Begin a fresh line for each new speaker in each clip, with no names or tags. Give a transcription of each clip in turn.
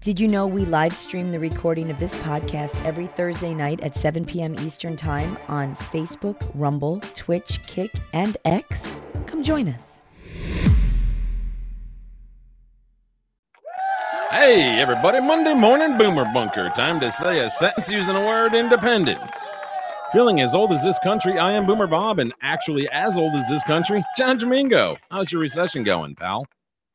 Did you know we live stream the recording of this podcast every Thursday night at 7 p.m. Eastern Time on Facebook, Rumble, Twitch, Kick, and X? Come join us.
Hey, everybody, Monday morning boomer bunker. Time to say a sentence using the word independence. Feeling as old as this country, I am Boomer Bob, and actually as old as this country, John Domingo. How's your recession going, pal?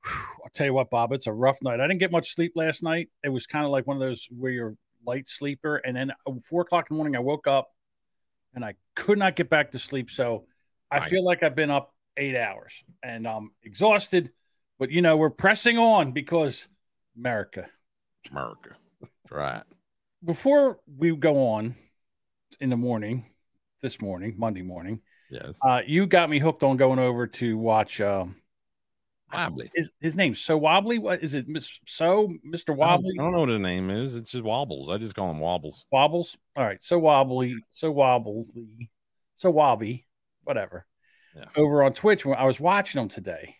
I'll tell you what, Bob, it's a rough night. I didn't get much sleep last night. It was kind of like one of those where you're light sleeper. And then four o'clock in the morning, I woke up and I could not get back to sleep. So I
Nice.
feel like I've been up eight hours and I'm exhausted. But, you know, we're pressing on because America.
America. That's Right.
Before we go on in the morning, this morning, Monday morning,
Yes.
uh, you got me hooked on going over to watch. Um,
Wobbly.
his, his name's so wobbly. What is it? Miss so Mr.
I don't-
Wobbly.
I don't know what the name is. It's just wobbles. I just call them wobbles.
wobbles. All right, so wobbly, so wobbly, so wobby, whatever.
Yeah.
Over on Twitch, when I was watching him today,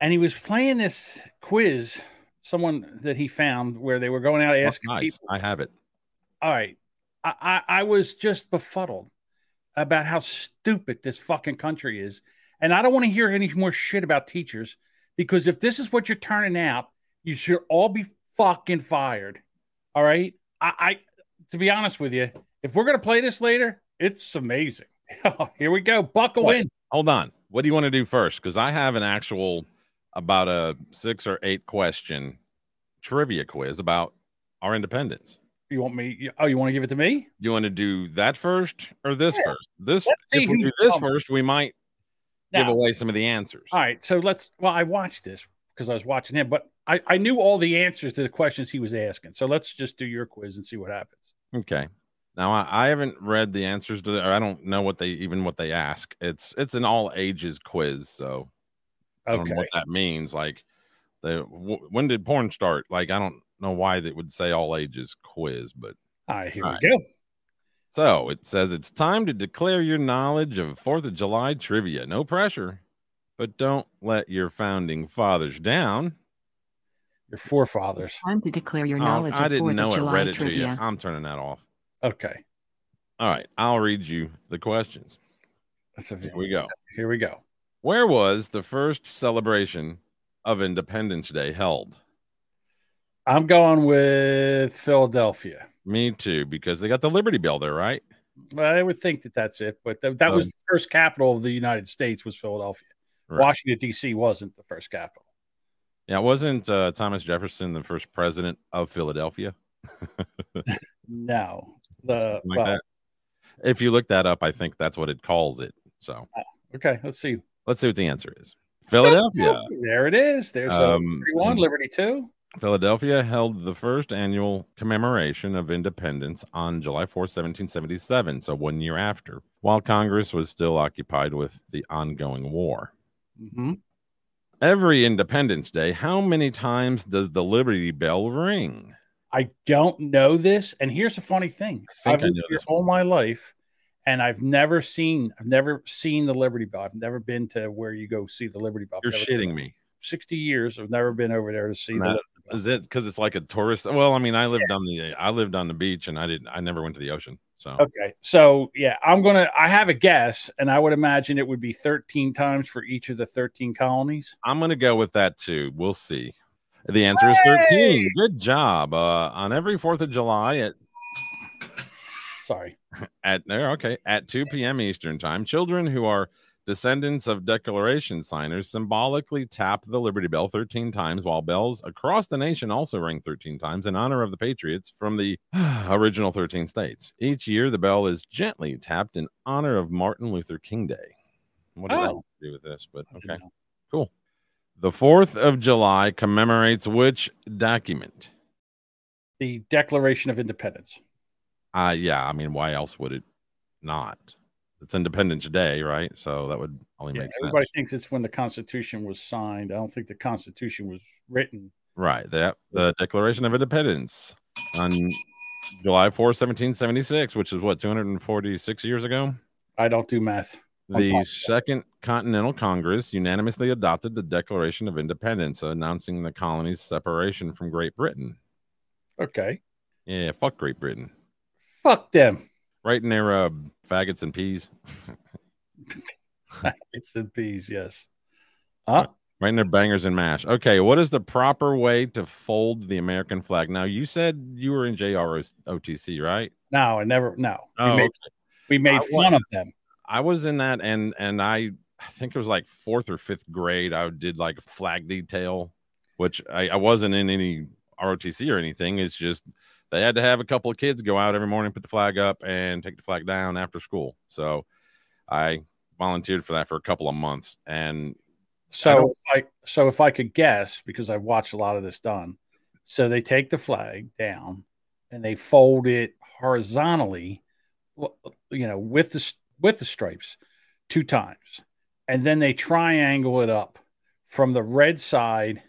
and he was playing this quiz. Someone that he found where they were going out
That's
asking
nice.
people.
I have it.
All right, I, I I was just befuddled about how stupid this fucking country is, and I don't want to hear any more shit about teachers because if this is what you're turning out, you should all be fucking fired. All right. I, I to be honest with you, if we're gonna play this later, it's amazing. Here we go. Buckle
What?
in.
Hold on. What do you want to do first? Because I have an actual about a six or eight question trivia quiz about our independence.
You want me? you- Oh, you want to give it to me?
You want to do that first or this
Yeah.
first? This
Let's see
if we do
who's
this
dumber.
first, we might give
Now-
away some of the answers.
All right. So let's. Well, I watched this because I was watching him, but I, I knew all the answers to the questions he was asking. So let's just do your quiz and see what happens.
Okay. Now I, I haven't read the answers to the, or I don't know what they even what they ask. It's it's an all ages quiz, so I don't
Okay.
know what that means. Like the w- when did porn start? Like I don't know why they would say all ages quiz, but
All right. Here
All
we go.
So it says it's time to declare your knowledge of Fourth of July trivia. No pressure, but don't let your founding fathers down.
Your forefathers.
Time to declare your
Oh,
knowledge
I
of
didn't
Fourth
know
of
it
July
read it
trivia.
to you. I'm turning that off.
Okay.
All right, I'll read you the questions.
That's a
Here we go.
Here we go.
Where was the first celebration of Independence Day held?
I'm going with Philadelphia.
Me too, because they got the Liberty Bell there, right?
Well, I would think that that's it, but th- that was
Um,
the first capital of the United States was Philadelphia.
Right.
Washington D.C. wasn't the first capital.
Yeah, wasn't uh, Thomas Jefferson the first president of Philadelphia?
No, the
Something like
well,
that. If you look that up, I think that's what it calls it. So
okay. Let's see.
Let's see what the answer is. Philadelphia.
There it is. There's um,
Um,
liberty one, liberty two.
Philadelphia held the first annual commemoration of independence on July 4, 1777, so one year after, while Congress was still occupied with the ongoing war.
Mm-hmm.
Every Independence Day, how many times does the Liberty Bell ring?
I don't know this, and here's the funny thing:
I think
I've
I
lived
know
here
this
all my life, and I've never seen, I've never seen the Liberty Bell. I've never been to where you go see the Liberty Bell. I've
You're
never-
shitting me.
Sixty years, I've never been over there to see the.
Nah.
Liberty Bell.
Is it because it's like a tourist? Well, I mean, I lived on the I lived on the beach, and I didn't. I never went to the ocean. So
Okay. So yeah, I'm gonna I have a guess, and I would imagine it would be 13 times for each of the 13 colonies.
I'm gonna go with that too. We'll see. The answer is 13. Good job. Uh, on every Fourth of July at
Sorry.
at there, okay, at 2 p.m. Eastern time, children who are descendants of Declaration signers symbolically tap the Liberty Bell 13 times, while bells across the nation also ring 13 times in honor of the Patriots from the original 13 states. Each year, the bell is gently tapped in honor of Martin Luther King Day. What does that
Oh.
do with this? But okay.
Okay.
Cool. The 4th of July commemorates which document?
The Declaration of Independence.
Uh, yeah, I mean, why else would it not? It's Independence Day, right? So that would only
Yeah,
make sense.
everybody thinks it's when the Constitution was signed. I don't think the Constitution was written.
Right. That the Declaration of Independence on July 4, 1776, which is what, 246 years ago?
I don't do math.
The Second Continental Congress unanimously adopted the Declaration of Independence, announcing the colony's separation from Great Britain.
Okay.
Yeah, fuck Great Britain.
Fuck them.
Right in their uh, faggots and peas.
It's in peas, yes. Uh,
Right in their bangers and mash. Okay, what is the proper way to fold the American flag? Now, you said you were in JROTC, right?
no, I never, no.
Oh,
we made, we made
I
fun
want-
of them.
I was in that, and and I, I think it was like fourth or fifth grade. I did like flag detail, which I, I wasn't in any ROTC or anything. It's just they had to have a couple of kids go out every morning, put the flag up, and take the flag down after school. So I volunteered for that for a couple of months, and
So
don't-
if I so if I could guess, because I've watched a lot of this done, so they take the flag down and they fold it horizontally, l- you know, with the s- with the stripes, two times, and then they triangle it up from the red side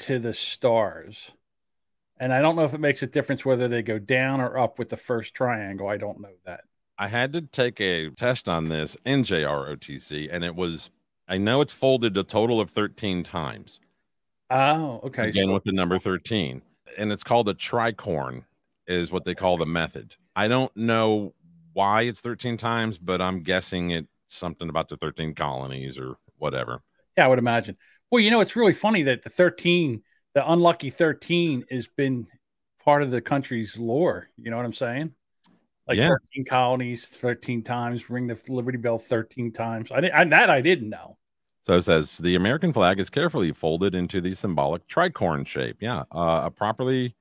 to the stars. And I don't know if it makes a difference whether they go down or up with the first triangle. I don't know that.
I had to take a test on this in JROTC, and it was I know it's folded a total of thirteen times.
Oh, okay.
again
so-
with the number 13 and it's called a tricorn is what they call the method i don't know why it's 13 times but i'm guessing it's something about the 13 colonies or whatever
Yeah, I would imagine. Well, you know, it's really funny that the 13, the unlucky 13 has been part of the country's lore. You know what I'm saying? Like
Yeah.
13 colonies, 13 times, ring the Liberty Bell 13 times. I, didn't, I that I didn't know.
so it says the american flag is carefully folded into the symbolic tricorn shape yeah uh, a properly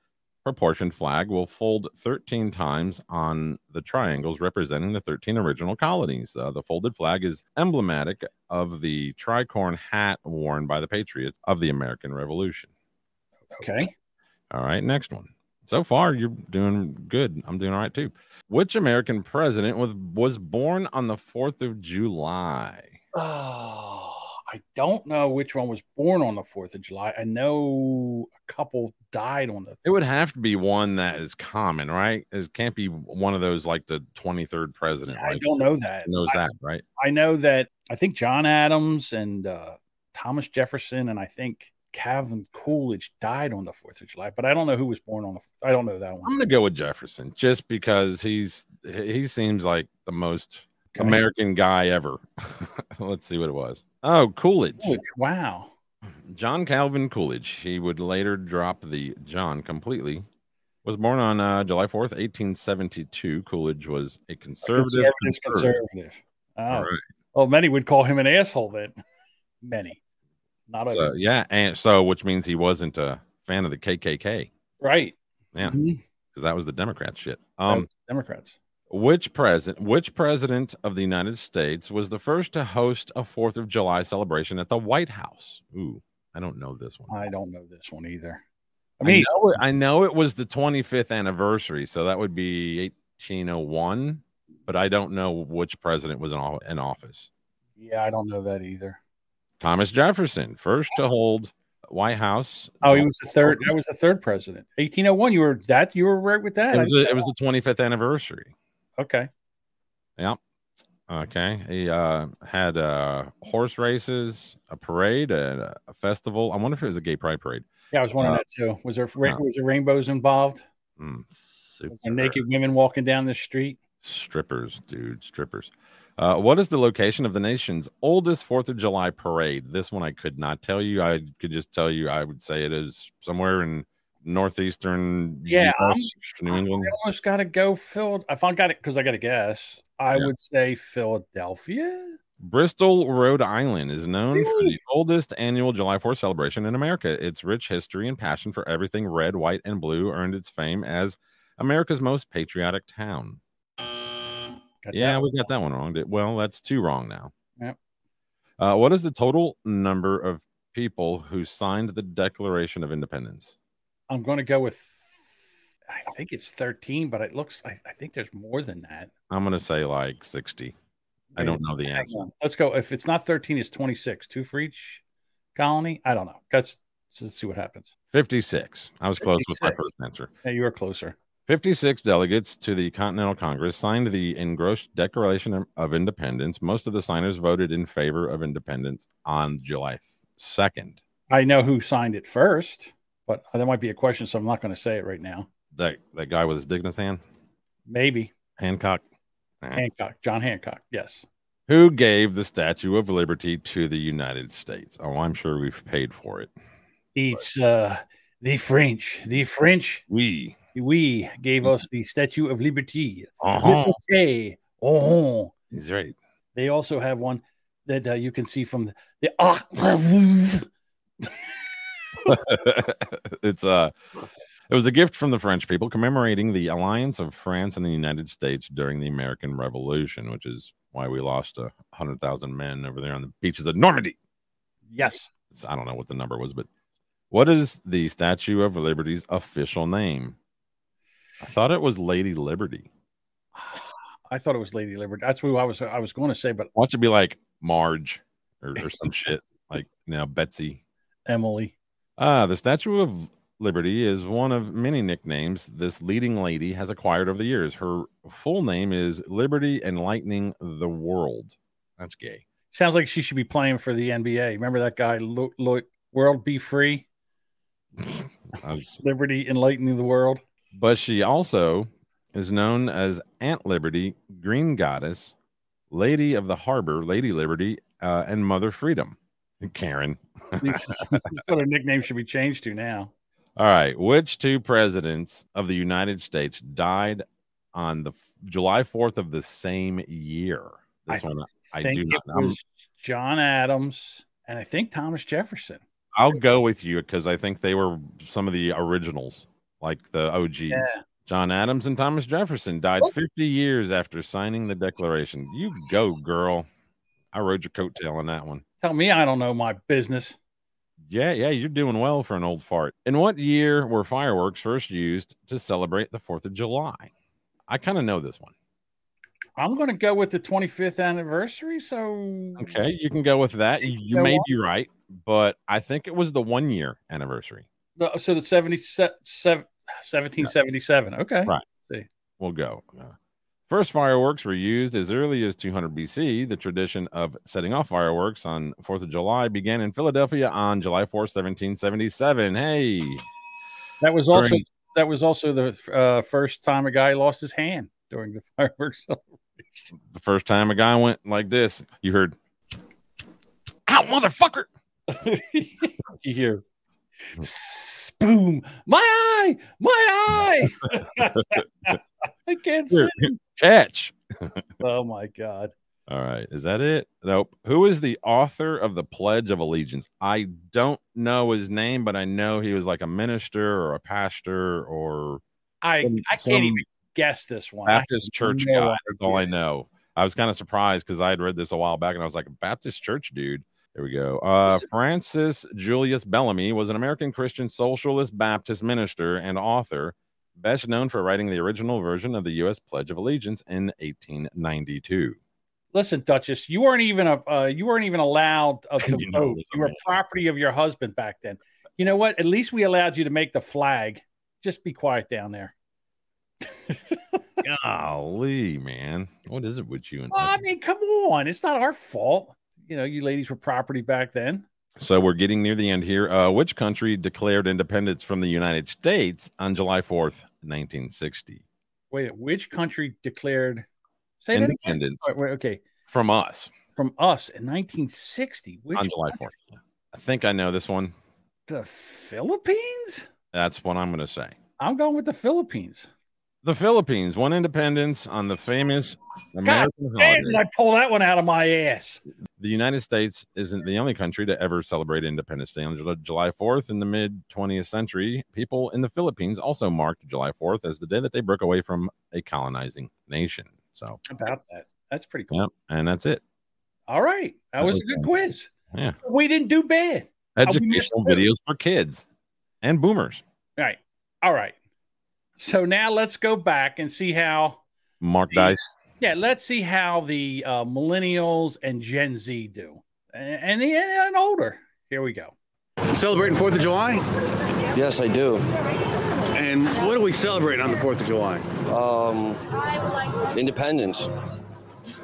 proportioned flag will fold 13 times on the triangles representing the 13 original colonies uh, the folded flag is emblematic of the tricorn hat worn by the patriots of the american revolution
Okay.
All right, next one. So far, you're doing good. I'm doing all right too. Which American president was was born on the fourth of July?
Oh, I don't know which one was born on the 4th of July. I know a couple died on the.
It would have to be one that is common, right? It can't be one of those like the twenty third president.
I
like,
don't know that.
knows that, right?
I know that I think John Adams and uh, Thomas Jefferson and I think Calvin Coolidge died on the Fourth of July, but I don't know who was born on the. 4th. I don't know that
I'm
one.
gonna go with Jefferson just because he's he seems like the most
Okay.
American guy ever. Let's see what it was. Oh, Coolidge.
Coolidge, wow.
John Calvin Coolidge, he would later drop the John completely, was born on uh, July 4th, 1872. Coolidge was a conservative.
Conservative's
conservative.
conservative. Oh,
All right.
well, many would call him an asshole then. many, not a
So, yeah. And so, which means he wasn't a fan of the KKK
right.
Yeah.
Mhm.
because that was the Democrat shit.
That
Um,
was Democrats.
which president, which president of the United States was the first to host a 4th of July celebration at the White House? Ooh, I don't know this one.
I don't know this one either. I
I
mean,
know, it- I know it was the 25th anniversary, so that would be 1801, but I don't know which president was in, o- in office.
yeah, I don't know that either.
Thomas Jefferson, first to hold White House.
Oh, he was the third. That was the third president. 1801. You were that. You were right with that.
It
I
was,
didn't
it
know
was the 25th anniversary.
that. okay.
Okay, he uh, had uh, horse races, a parade, a, a festival. I wonder if it was a gay pride parade.
Yeah, I was wondering
Uh,
that too. Was there ra-
uh,
was there rainbows involved?
Mm,
Was there naked women walking down the street?
Strippers, dude, strippers. Uh, what is the location of the nation's oldest Fourth of July parade? This one I could not tell you. I could just tell you. I would say it is somewhere in northeastern
Yeah,
US,
I
New England.
almost got to go Phil. If I got it, because I got to guess, I
Yeah.
would say Philadelphia.
Bristol, Rhode Island is known for the
Really?
oldest annual July 4th celebration in America. Its rich history and passion for everything red, white, and blue earned its fame as America's most patriotic town.
Got that
Yeah,
one.
we got that one wrong. Did- Well, that's two wrong now.
Yep.
Uh, what is the total number of people who signed the Declaration of Independence?
I'm going to go with. I think it's 13, but it looks. I, I think there's more than that.
I'm going to say like 60. I
Wait,
don't know the
hang
answer.
on. Let's go. If it's not 13, it's 26. Two for each colony. I don't know. Let's, let's see what happens.
56. I was close with my
56.
first answer.
Now you are closer.
56 delegates to the Continental Congress signed the engrossed Declaration of Independence. Most of the signers voted in favor of independence on July 2nd.
I know who signed it first, but uh, that might be a question, so I'm not going to say it right now.
That that guy with his dick in his hand,
Maybe
Hancock,
Hancock, John Hancock. Yes.
who gave the Statue of Liberty to the United States. Oh, I'm sure we've paid for it.
It's uh, the French. The French,
We,
we gave us the Statue of Liberty.
uh-huh.
Liberté. Oh,
he's right.
they also have one that uh, you can see from the, the Arc de Louvre.
it's uh it was a gift from the French people commemorating the alliance of France and the United States during the American Revolution, which is why we lost a hundred thousand men over there on the beaches of Normandy.
Yes.
It's- I don't know what the number was, but what is the Statue of Liberty's official name? I thought it was Lady Liberty.
I thought it was Lady Liberty. That's what I was I was going to say, but
Why don't you be like Marge or, or some shit like you know Betsy?
Emily.
Ah, the Statue of Liberty is one of many nicknames this leading lady has acquired over the years. Her full name is Liberty Enlightening the World. That's gay.
Sounds like she should be playing for the NBA. Remember that guy, Lo- Lo- World Be Free,
I was-
Liberty Enlightening the World.
but she also is known as Aunt Liberty, Green Goddess, Lady of the Harbor, Lady Liberty, uh, and Mother Freedom. Karen.
This is, this is what her nickname should be changed to now.
All right. Which two presidents of the United States died on the f- July 4th of the same year? This
I
one uh, I
think
do
it
not know.
was John Adams and I think Thomas Jefferson.
I'll go with you because I think they were some of the originals, like the OGs.
Yeah.
John Adams and Thomas Jefferson died
Oh.
50 years after signing the Declaration. You go, girl. I rode your coattail on that one.
Tell me I don't know my business.
Yeah, yeah, you're doing well for an old fart. In what year were fireworks first used to celebrate the 4th of July? I kind of know this one.
I'm going to go with the 25th anniversary. So
Okay, you can go with that. You, you
Go
may
on.
be right, but I think it was the one year anniversary.
The- so the 70, se- sev- 1777. Okay.
Right. will go. Uh, First fireworks were used as early as 200 BC. The tradition of setting off fireworks on 4th of July began in Philadelphia on July 4th, 1777. Hey,
That was also
During-
that was also the uh, first time a guy lost his hand during the fireworks.
the first time a guy went like this, you heard, ow, motherfucker.
you hear boom, my eye, my eye. I can't see.
Catch.
Oh my god.
All right. Is that it? Nope. Who is the author of the Pledge of Allegiance? I don't know his name, but I know he was like a minister or a pastor or
I
Some-
I can't
some-
even guess this one. I-
Baptist church
no
guy. That's all I know. I was kind of surprised because I had read this a while back and I was like, Baptist church dude. There we go. Uh, Francis Julius Bellamy was an American Christian socialist Baptist minister and author, best known for writing the original version of the U.S. Pledge of Allegiance in 1892.
Listen, Duchess, you weren't even a uh, you weren't even allowed uh, to
You know
vote.
this,
You were
man.
property of your husband back then. You know what? At least we allowed you to make the flag. Just be quiet down there.
Golly, man. What is it with you? And
Well, I mean, come on, it's not our fault. You know, you ladies were property back then.
so we're getting near the end here. Uh, which country declared independence from the United States on July 4th, 1960?
Wait, which country declared? Say that again.
Independence
Wait, wait, okay,
from us.
from us in 1960. Which
on July
country?
4th. I think I know this one.
The Philippines.
That's what I'm going to say.
I'm going with the Philippines.
The Philippines won independence on the famous
God
American
Man,
holiday.
did I pull that one out of my ass?
The United States isn't the only country to ever celebrate Independence Day on Ju- July 4th. In the mid 20th century, people in the Philippines also marked July 4th as the day that they broke away from a colonizing nation. So,
About that. That's pretty cool.
yeah, and that's it.
All right, that,
That
was,
was
a good
fun.
quiz.
Yeah.
We didn't do bad. Oh, we missed
Educational
two.
videos for kids and boomers.
All right. All right. So now let's go back and see how.
Mark
Yeah.
Dice.
Yeah, let's see how the uh, millennials and Gen Z do, and, and and older. Here we go.
Celebrating Fourth of July,
Yes, I do.
and And what do we celebrate on the 4th of July?
Um, independence.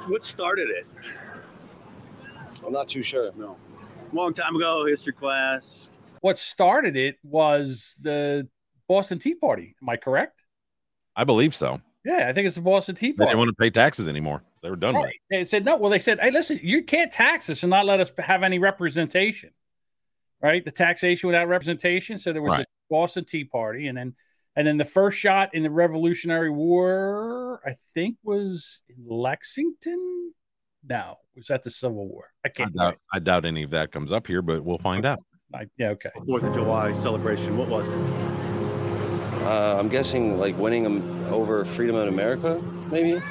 What started it?
I'm not too sure.
No. Long time ago, history class.
What started it was the Boston Tea Party. Am I correct?
I believe so.
Yeah, I think it's the Boston Tea
They
Party.
didn't want to pay taxes anymore. They were done with it.
Right. They said no. Well, they said, "Hey, listen, you can't tax us and not let us have any representation." Right, the taxation without representation. So there was
Right.
the Boston Tea Party, and then and then the first shot in the Revolutionary War, I think, was in Lexington. No, was that the Civil War? I
I
can't.
doubt, I doubt any of that comes up here, but we'll find out.
I, yeah, okay.
4th of July celebration. What was it?
Uh, I'm guessing like winning them over freedom in America, maybe.
I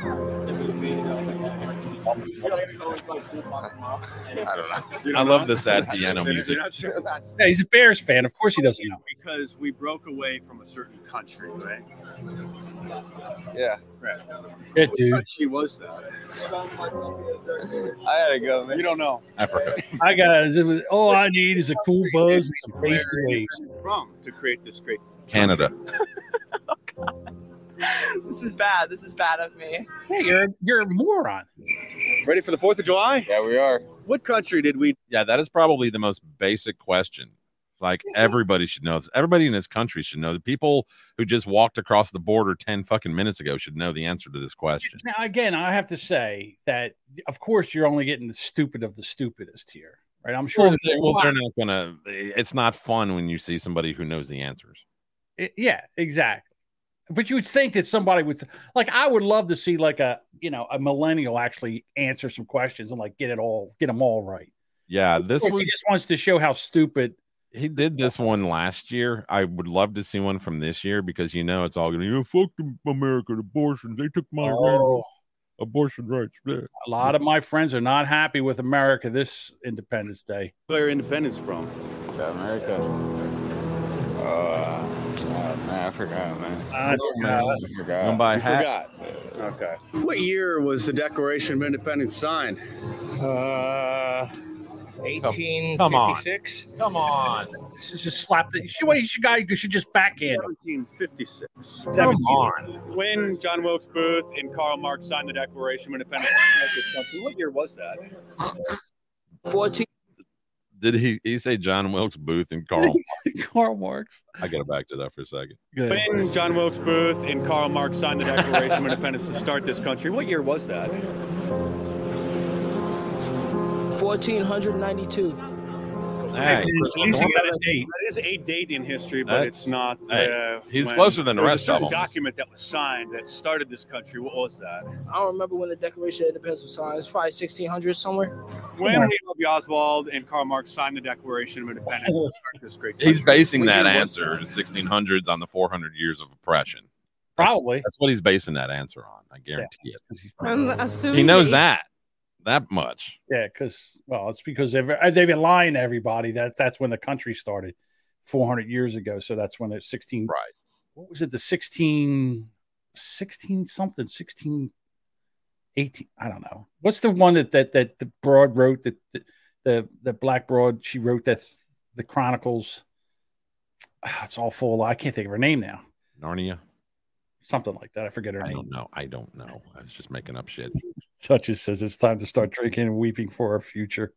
don't know.
I love the sad piano music.
You're not sure.
Yeah, he's a Bears fan. Of course, he doesn't know.
Because we broke away from a certain country, right?
Yeah,
Right.
Yeah,
What
dude.
country was that?
I gotta go, man.
You don't know.
Africa.
I got. All I need is a cool buzz and some
Where
tasty waves.
it's from to create this great.
Canada.
this is bad. This is bad of me.
Hey, you're you're a moron.
Ready for the 4th of July?
Yeah, we are.
What country did we
Yeah, that is probably the most basic question. Like everybody should know this. Everybody in this country should know. The people who just walked across the border 10 fucking minutes ago should know the answer to this question.
Now, again, I have to say that, of course, you're only getting the stupid of the stupidest here, right? I'm sure.
Well,
there's a lot-
they're not gonna. It's not fun when you see somebody who knows the answers.
I- Eh, yeah, exactly. But you would think that somebody would, like, I would love to see like a, you know, a millennial actually answer some questions and like get it all, get them all right.
Yeah, this
Of course,
was
he just wants to show how stupid.
He did this one last year. I would love to see one from this year because you know it's all going to you fuck the American abortions. They took my
Oh,
right, abortion rights. Bleh.
a lot of my friends are not happy with America this Independence Day.
declare independence from?
America. Uh, man, I forgot, man.
Uh,
I
Going
forgot.
by hat.
forgot. Okay. What year was the Declaration of Independence signed?
Uh,
1856? Come on. Come on,
just slap the, she, what you should, guy, you should just backhand him.
1756.
come on.
When John Wilkes Booth and Karl Marx signed the Declaration of Independence. what year was that?
14.
Did he? He say John Wilkes Booth and Carl?
Car works.
I gotta back to that for a second.
Good.
When John Wilkes Booth and Karl Marx signed the Declaration of Independence to start this country. What year was that?
1492.
Hey,
At least he got a date.
That is a date in history, but
That's-
it's not.
hey,
uh,
he's
when-
closer than the
there was a
rest of
certain
them.
document that was signed that started this country. What was that?
I don't remember when the Declaration of Independence was signed. It's probably 1600 somewhere.
When
on.
Lee Harvey Oswald and Karl Marx signed the Declaration of Independence, to start this great
He's
country.
basing
What
that
year was
answer, 1600s, on the 400 years of oppression. That's-
Probably.
That's what he's basing that answer on. I guarantee
I'm
it.
assuming
He knows that that much.
Yeah, because well, it's because they've uh, they've been lying to everybody that that's when the country started, four hundred years ago. So that's when it's sixteen.
Right.
What was it? The 16, 16 something, 16, 18, I don't know. What's the one that that that the broad wrote that the the, the black broad she wrote that the Chronicles. Ah, It's all full. I can't think of her name now.
Narnia.
Something like that. I forget her
I
name.
don't know. I don't know. I was just making up shit.
Such as says it's time to start drinking and weeping for our future.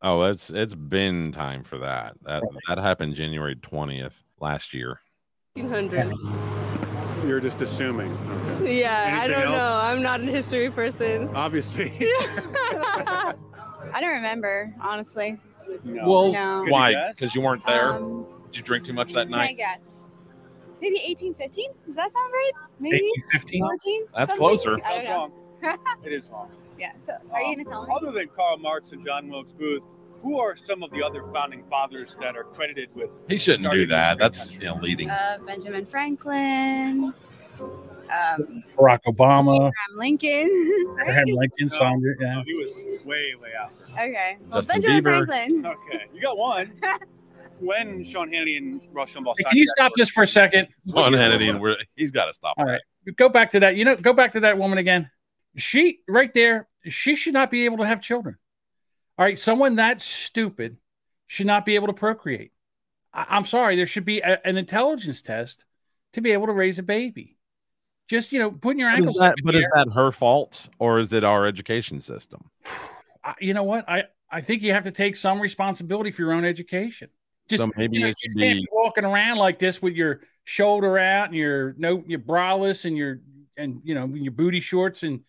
Oh, it's it's been time for that. That that happened January twentieth last year.
1800s.
that? You're just assuming. Okay.
Yeah, I
Anything
don't
else?
know. I'm not a history person.
Obviously.
I don't remember, honestly.
No.
Well,
No.
Good
Oh, Why?
guess.
Because you weren't there.
Um,
Did you drink too much that
Can I
night?
guess? Maybe 1815? Does that sound right? Maybe
Eighteen fifteen.
14?
That's
something?
closer.
I don't
Sounds
know.
wrong. it is wrong.
Yeah. So are you going to tell me?
Other than Karl Marx and John Wilkes Booth, who are some of the other founding fathers that are credited with?
He shouldn't
starting
do
this
that.
great
That's
country?
you know,
Oh.
leading.
Uh, Benjamin Franklin, um,
Barack Obama,
Abraham Lincoln. right?
Abraham Lincoln, Sandra. Yeah.
No, he was way, way after.
Okay. Well,
Justin
Benjamin
Bieber.
Franklin.
Okay, you got one. when Sean Hannity and Rush Limbaugh.
Hey,
signed
can you
the
stop this for a second?
Sean Hannity, and we're, he's got to stop.
All right. Go back to that. You know, go back to that woman again. She right there, she should not be able to have children. All right. Someone that stupid should not be able to procreate. I, am sorry. There should be a- an intelligence test to be able to raise a baby. Just you know, putting your
But is
ankles.
that,
up in
but
the
is
air.
that her fault or is it our education system?
I- you know what? I I think you have to take some responsibility for your own education. Just
So maybe
you, know,
it
you
should
can't
be-
be walking around like this with your shoulder out and your no your braless and your and you know your booty shorts and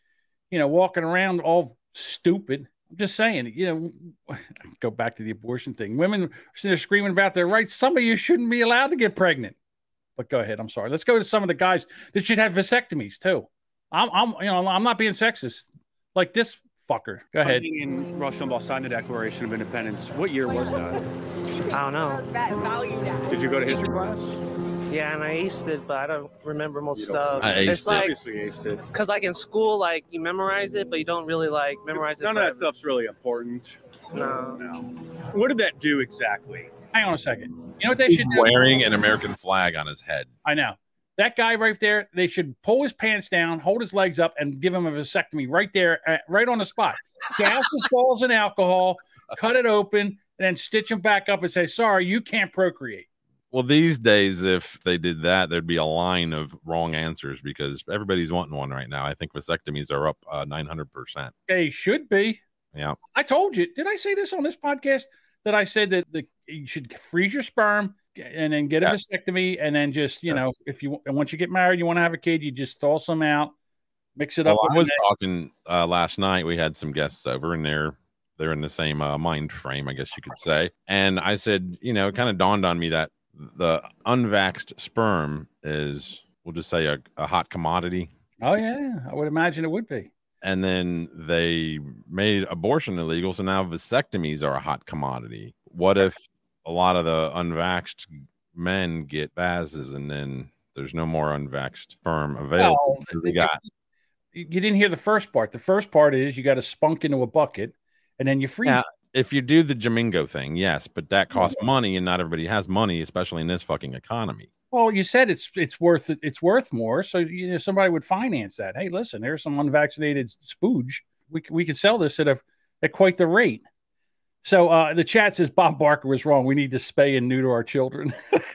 you know walking around all stupid. I'm just saying, you know, go back to the abortion thing. Women are sitting there screaming about their rights. Some of you shouldn't be allowed to get pregnant. But go ahead. I'm sorry. Let's go to some of the guys that should have vasectomies too. I'm, I'm, you know, I'm not being sexist like this fucker. Go ahead.
And Rush Limbaugh signed the Declaration of Independence. What year was that?
I don't know.
Did you go to history class?
Yeah, and I aced it, but I don't remember most
You don't-
stuff.
I aced
it's
it.
like
Obviously, Ace did.
because like in school, like you memorize it, but you don't really like memorize it.
None of that
forever.
stuff's really important.
No.
No. What did that do exactly?
Hang on a second. You know what they should do?
Wearing an American flag on his head.
I know. That guy right there, they should pull his pants down, hold his legs up, and give him a vasectomy right there, uh, right on the spot. Douse his balls in alcohol, cut it open, and then stitch him back up and say, sorry, you can't procreate.
Well, these days, if they did that, there'd be a line of wrong answers because everybody's wanting one right now. I think vasectomies are up uh, 900%.
They should be.
Yeah.
I told you. Did I say this on this podcast? That I said that the, you should freeze your sperm and then get a
Yes.
vasectomy, and then just you know,
Yes.
if you and once you get married, you want to have a kid, you just thaw some out, mix it up.
Well,
with
Oh, I was
an egg.
talking uh, last night. We had some guests over, and they're they're in the same uh, mind frame, I guess you could say. And I said, you know, it kind of dawned on me that the unvaxxed sperm is, we'll just say, a, a hot commodity.
Oh yeah, I would imagine it would be.
And then they made abortion illegal, so now vasectomies are a hot commodity. What if a lot of the unvaxxed men get vases, and then there's no more unvaxxed sperm available?
Well,
because they got
you you didn't hear the first part. The first part is you got to spunk into a bucket, and then you freeze.
Yeah. if you do the Jamingo thing, yes, but that costs
Mm-hmm.
money, and not everybody has money, especially in this fucking economy.
Well, you said it's it's worth it's worth more, so you know somebody would finance that. Hey, listen, here's some unvaccinated spooge. We c- we could sell this at a at quite the rate. So uh, the chat says Bob Barker was wrong. We need to spay and neuter our children.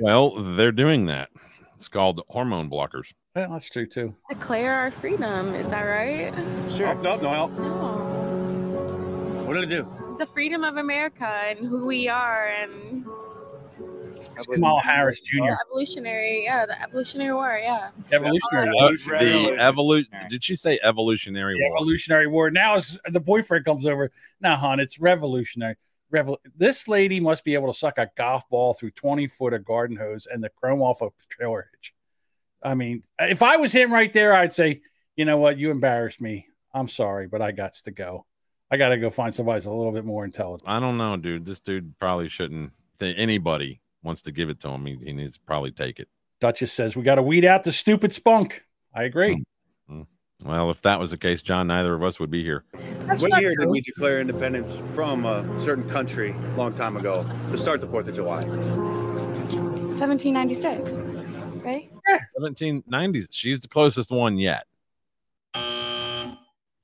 Well, they're doing that. It's called hormone blockers.
well, that's true too.
Declare our freedom. Is that right?
Sure. Oh, No, no, no.
No.
What did it do?
The freedom of America and who we are and
Kamala Harris Jr.
evolutionary. Yeah, the evolutionary war. Yeah.
Evolutionary
Uh,
War.
the evolution. Did she say evolutionary?
The
war?
Revolutionary War. Now is- the boyfriend comes over. Now, hon, it's revolutionary. Revol- this lady must be able to suck a golf ball through 20 foot of garden hose and the chrome off a trailer hitch. I mean, if I was him right there, I'd say, you know what? You embarrassed me. I'm sorry, but I got to go. I got to go find somebody who's a little bit more intelligent.
I don't know, dude. This dude probably shouldn't. Th- anybody wants to give it to him, he, he needs to probably take it.
Duchess says, we got to weed out the stupid spunk. I agree.
Well, if that was the case, John, neither of us would be here.
That's
what
not
year
true.
did we declare independence from a certain country a long time ago to start the 4th of July?
1796. Right?
1790s. She's the closest one yet.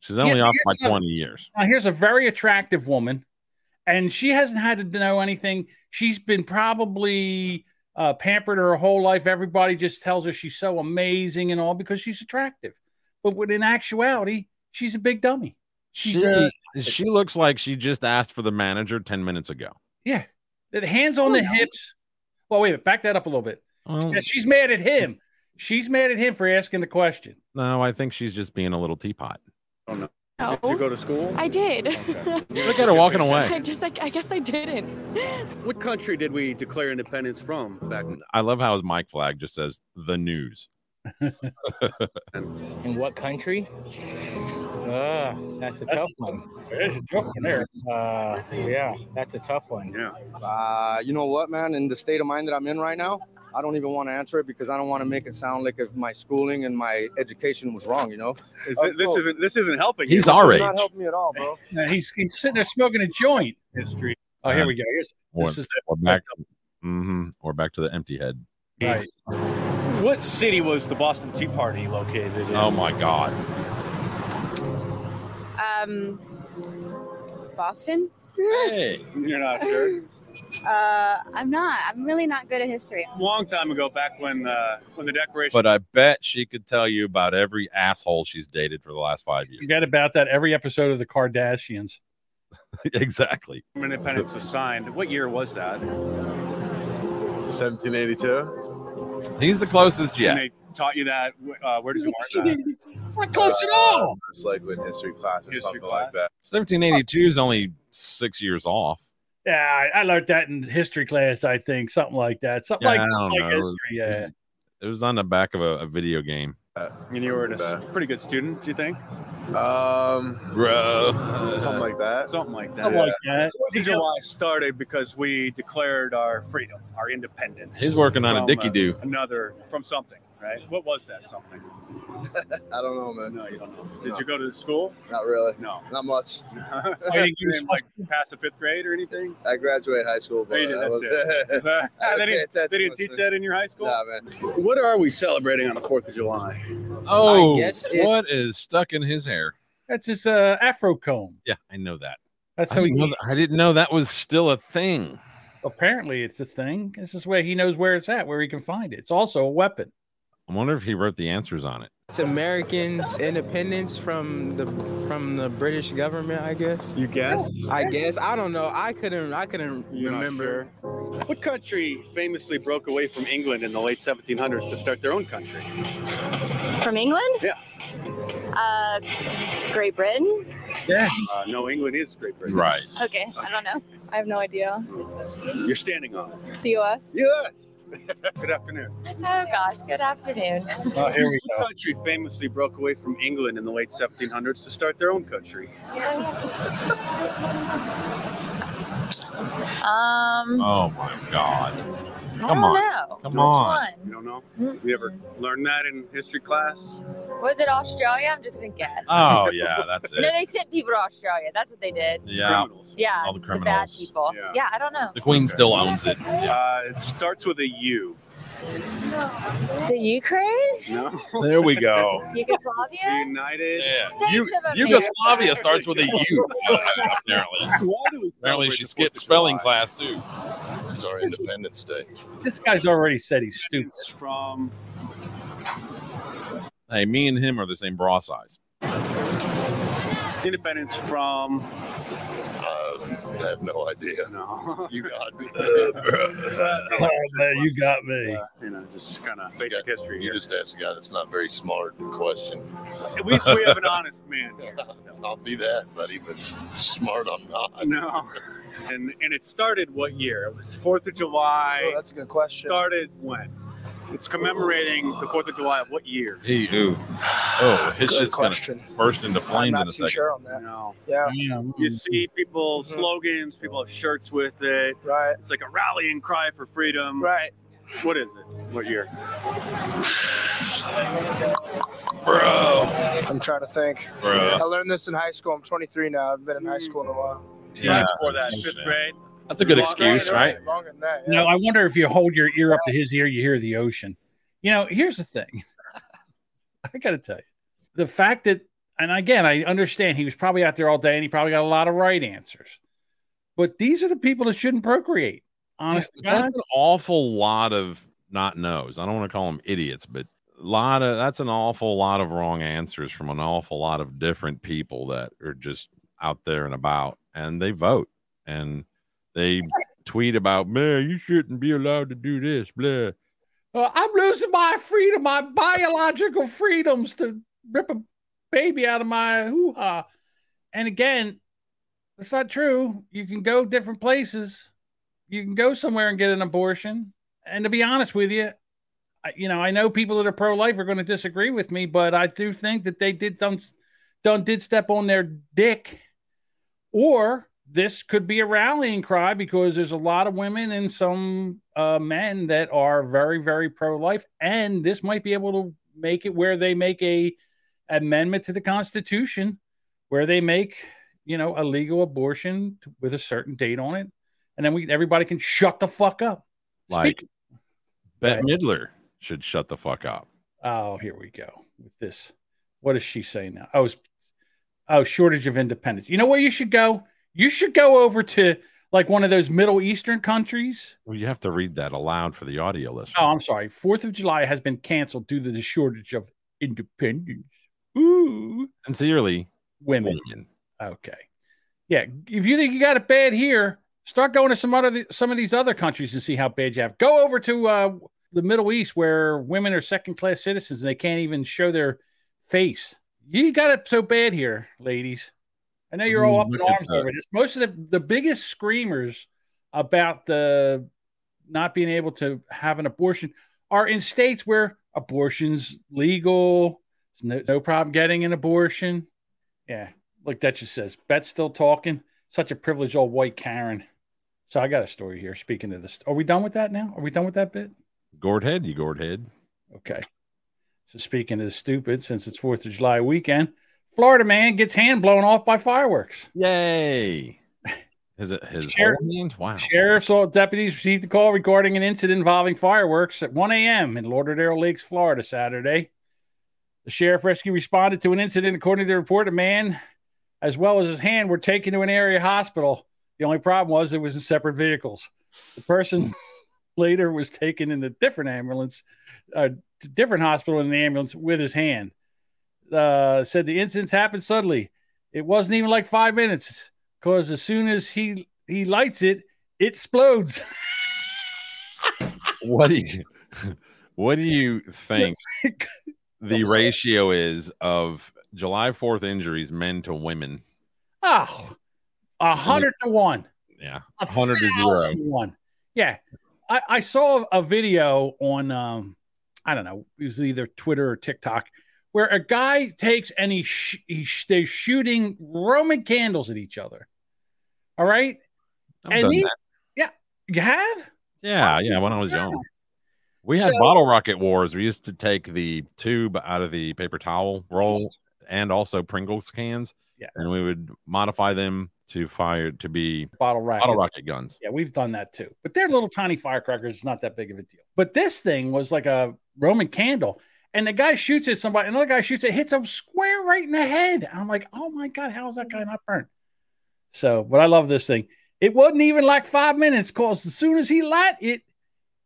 She's only
Yeah,
off
here's
by
the-
20 years.
Now, here's a very attractive woman, and she hasn't had to know anything. She's been probably uh, pampered her whole life. Everybody just tells her she's so amazing and all because she's attractive. But when in actuality, she's a big dummy. She's
she,
uh,
she looks like she just asked for the manager 10 minutes ago.
the hands on the hips. Well, wait a minute, back that up a little bit.
Well,
Yeah, she's mad at him. She's mad at him for asking the question.
no, I think she's just being a little teapot.
No.
Did you go to school?
I did.
Look at her walking
I
away.
just like I guess I didn't.
What country did we declare independence from back
I love how his mic flag just says the news.
then?
In what country? Uh, that's a
That's-
tough one.
There's a tough one there.
Uh, yeah, that's a tough one.
Yeah.
Uh, you know what, man? In the state of mind that I'm in right now, I don't even want to answer it because I don't want to make it sound like if my schooling and my education was wrong. You know,
Is
Of
it- Uh, this
course.
isn't this isn't helping.
He's
you.
our
it's
age.
not helping me at all, bro.
Now, he's, he's sitting there smoking a joint.
history.
Oh, here we go. Here's,
Or,
this is
or back, mhm, or back to the empty head.
that. Right.
What city was the Boston Tea Party located in?
Oh my God.
Um Boston?
Hey.
You're not sure.
Uh, I'm not. I'm really not good at history.
long time ago, back when uh, when the Declaration.
But I bet she could tell you about every asshole she's dated for the last five years.
Forget about that every episode of the Kardashians.
exactly.
When independence was signed. What year was that?
1782.
He's the closest
And
yet.
they taught you that. Wh- Uh, where did you learn that?
It's not close at all.
It's like in history class or
History
something like
class.
that.
1782 is only six years off.
Yeah, I, I learned that in history class. I think something like that. Something
Yeah, I
like,
don't
something like
know.
history. Yeah.
It was on the back of a, a video game.
And you were a s- pretty good student, do you think?
Um,
Bro.
something like that.
Something like that.
Something like that.
Fourth of July started because we declared our freedom, our independence.
He's working on a
from,
dicky
uh,
do.
Another from something, right? What was that something?
I don't know, man.
No, you don't know. Did
No.
you go to school?
Not really.
No. Oh,
Not much.
you
you
didn't go to
didn't like pass the fifth grade or anything?
I graduated high school, but
Oh, you did,
that
that's
was
Is that- Ah,
I didn't pay
they didn't, they
attention
didn't
much,
teach
man.
that in your high school.
Nah, man.
What are we celebrating on the Fourth of July?
Oh,
guess it-
what is stuck in his hair?
That's his uh, afro comb.
Yeah, I know that.
That's
I,
so
didn't know
he,
that. I didn't know that was still a thing.
apparently it's a thing. This is where he knows where it's at, where he can find it. It's also a weapon.
I wonder if he wrote the answers on it.
It's Americans' independence from the from the British government, I guess.
You guess?
I guess I don't know. I couldn't. I couldn't
You're not
remember.
What country famously broke away from England in the late 1700s to start their own country?
From England?
Yeah.
Uh, Great Britain.
Uh, no, England is Great Britain.
Right.
Okay, I don't know. I have no idea.
You're standing on it.
The U.S.
Yes. Good afternoon.
Oh gosh, good afternoon.
Oh, here we
What country famously broke away from England in the late 1700s to start their own country?
Um,
Oh my God.
I
come
don't
on.
know.
Come
Which
on.
You don't know?
one? Hmm.
You ever learned that in history class?
Was it Australia? I'm just gonna guess.
Oh yeah, that's
no,
it.
they sent people to Australia. That's what they did.
Yeah.
Criminals.
Yeah,
All the
bad
criminals.
people.
Yeah.
Yeah. I don't know.
The queen still owns it.
Uh, it starts with a U.
The Ukraine,
No.
There we go.
Yugoslavia.
United.
Yeah.
States
You,
of America.
Yugoslavia starts with a U, apparently.
Why do we
Apparently,
celebrate
she
the
skipped
4th of
spelling
July?
class too.
It's our Independence Day.
This guy's already said he's stupid.
It's from
Hey, me and him are the same bra size.
independence from
Um, I have no idea.
no.
You got me.
Oh, man, you got me.
Uh, you know, just kind of basic history.
you
Here.
just asked a guy that's not very smart the question.
At least we have an honest man. here.
I'll be that, buddy, but smart I'm not.
No, and and it started what year? It was Fourth of July.
Oh, that's a good question.
started when? It's commemorating the Fourth of July of what year?
He ooh. Oh, his
Good
shit's gonna
question.
burst into
I'm
flames in
not
a
too
second.
sure on that.
No.
Yeah, Mm-hmm.
Yeah,
You
mm.
see people slogans, people have shirts with it.
right,
It's like a rallying cry for freedom.
right.
What is it? What year?
Bro.
I'm trying to think.
Bro.
I learned this in high school. I'm 23 now. I haven't been in high school in a while.
Yeah.
Before that, fifth grade.
That's a good excuse, right?
Longer than that.
No,
Yeah.
I wonder if you hold your ear up to his ear, you hear the ocean. You know, here's the thing. I got to tell you, the fact that, and again, I understand he was probably out there all day and he probably got a lot of right answers, but these are the people that shouldn't procreate. Honestly,
That's an awful lot of not knows. I don't want to call them idiots, but a lot of that's an awful lot of wrong answers from an awful lot of different people that are just out there and about and they vote and they tweet about man, you shouldn't be allowed to do this, blah.
Uh, I'm losing my freedom, my biological freedoms to rip a baby out of my hoo ha. And again, it's not true. You can go different places. You can go somewhere and get an abortion. And to be honest with you, I, you know, I know people that are pro life are going to disagree with me, but I do think that they did done, done did step on their dick. Or this could be a rallying cry because there's a lot of women and some uh, men that are very, very pro life, and this might be able to make it where they make a amendment to the Constitution where they make you know a legal abortion t- with a certain date on it, and then we everybody can shut the fuck up.
Like
Speak-
Bette Midler should shut the fuck up.
oh, here we go with this. What is she saying now? Oh, it's- oh, shortage of independence. You know where you should go? You should go over to like one of those Middle Eastern countries.
Well, you have to read that aloud for the audio list.
Oh, I'm sorry. Fourth of July has been canceled due to the shortage of independence.
Sincerely,
women. Okay. Yeah, if you think you got it bad here, start going to some other some of these other countries and see how bad you have. Go over to uh, the Middle East where women are second class citizens and they can't even show their face. You got it so bad here, ladies. I know you're all up in
Look at
arms
that.
over this. Most of the the biggest screamers about the not being able to have an abortion are in states where abortion's legal. It's no, no problem getting an abortion. Yeah. Look, that just says Bet's still talking. Such a privileged old white Karen. So I got a story here. Speaking of this, are we done with that now? Are we done with that bit?
gourd head, you gourd head.
Okay. So speaking of the stupid, since it's Fourth of July weekend, Florida man gets hand blown off by fireworks.
Yay! Is it his
Sheriff-
whole hand? Wow.
Sheriff's all deputies received a call regarding an incident involving fireworks at 1 a.m. in Lauderdale Lakes, Florida, Saturday. The sheriff rescue responded to an incident. According to the report, a man, as well as his hand, were taken to an area hospital. The only problem was it was in separate vehicles. The person later was taken in a different ambulance, a different hospital in an ambulance with his hand. Uh, said the incidents happened suddenly. It wasn't even like five minutes because as soon as he he lights it, it explodes.
What do you what do you think the ratio is of July 4th injuries men to women?
Oh, a hundred to one.
Yeah.
A
100 to
thousand
0.
to one. Yeah. I, I saw a video on um, I don't know, it was either Twitter or TikTok, where a guy takes and he, sh- he sh- they're shooting Roman candles at each other. All right?
I've
and
done
these-
that.
yeah, you have
Yeah, yeah, when I was young. We had
So-
bottle rocket wars. We used to take the tube out of the paper towel roll and also Pringles cans.
Yeah.
And we would modify them to fire to be
bottle rockets.
bottle rocket guns.
Yeah, we've done that too. But they're little tiny firecrackers. It's not that big of a deal. But this thing was like a Roman candle. And the guy shoots at somebody, another guy shoots it, hits him square right in the head. I'm like, oh my God, how is that guy not burned? So, but I love this thing. It wasn't even like five minutes because as soon as he light it,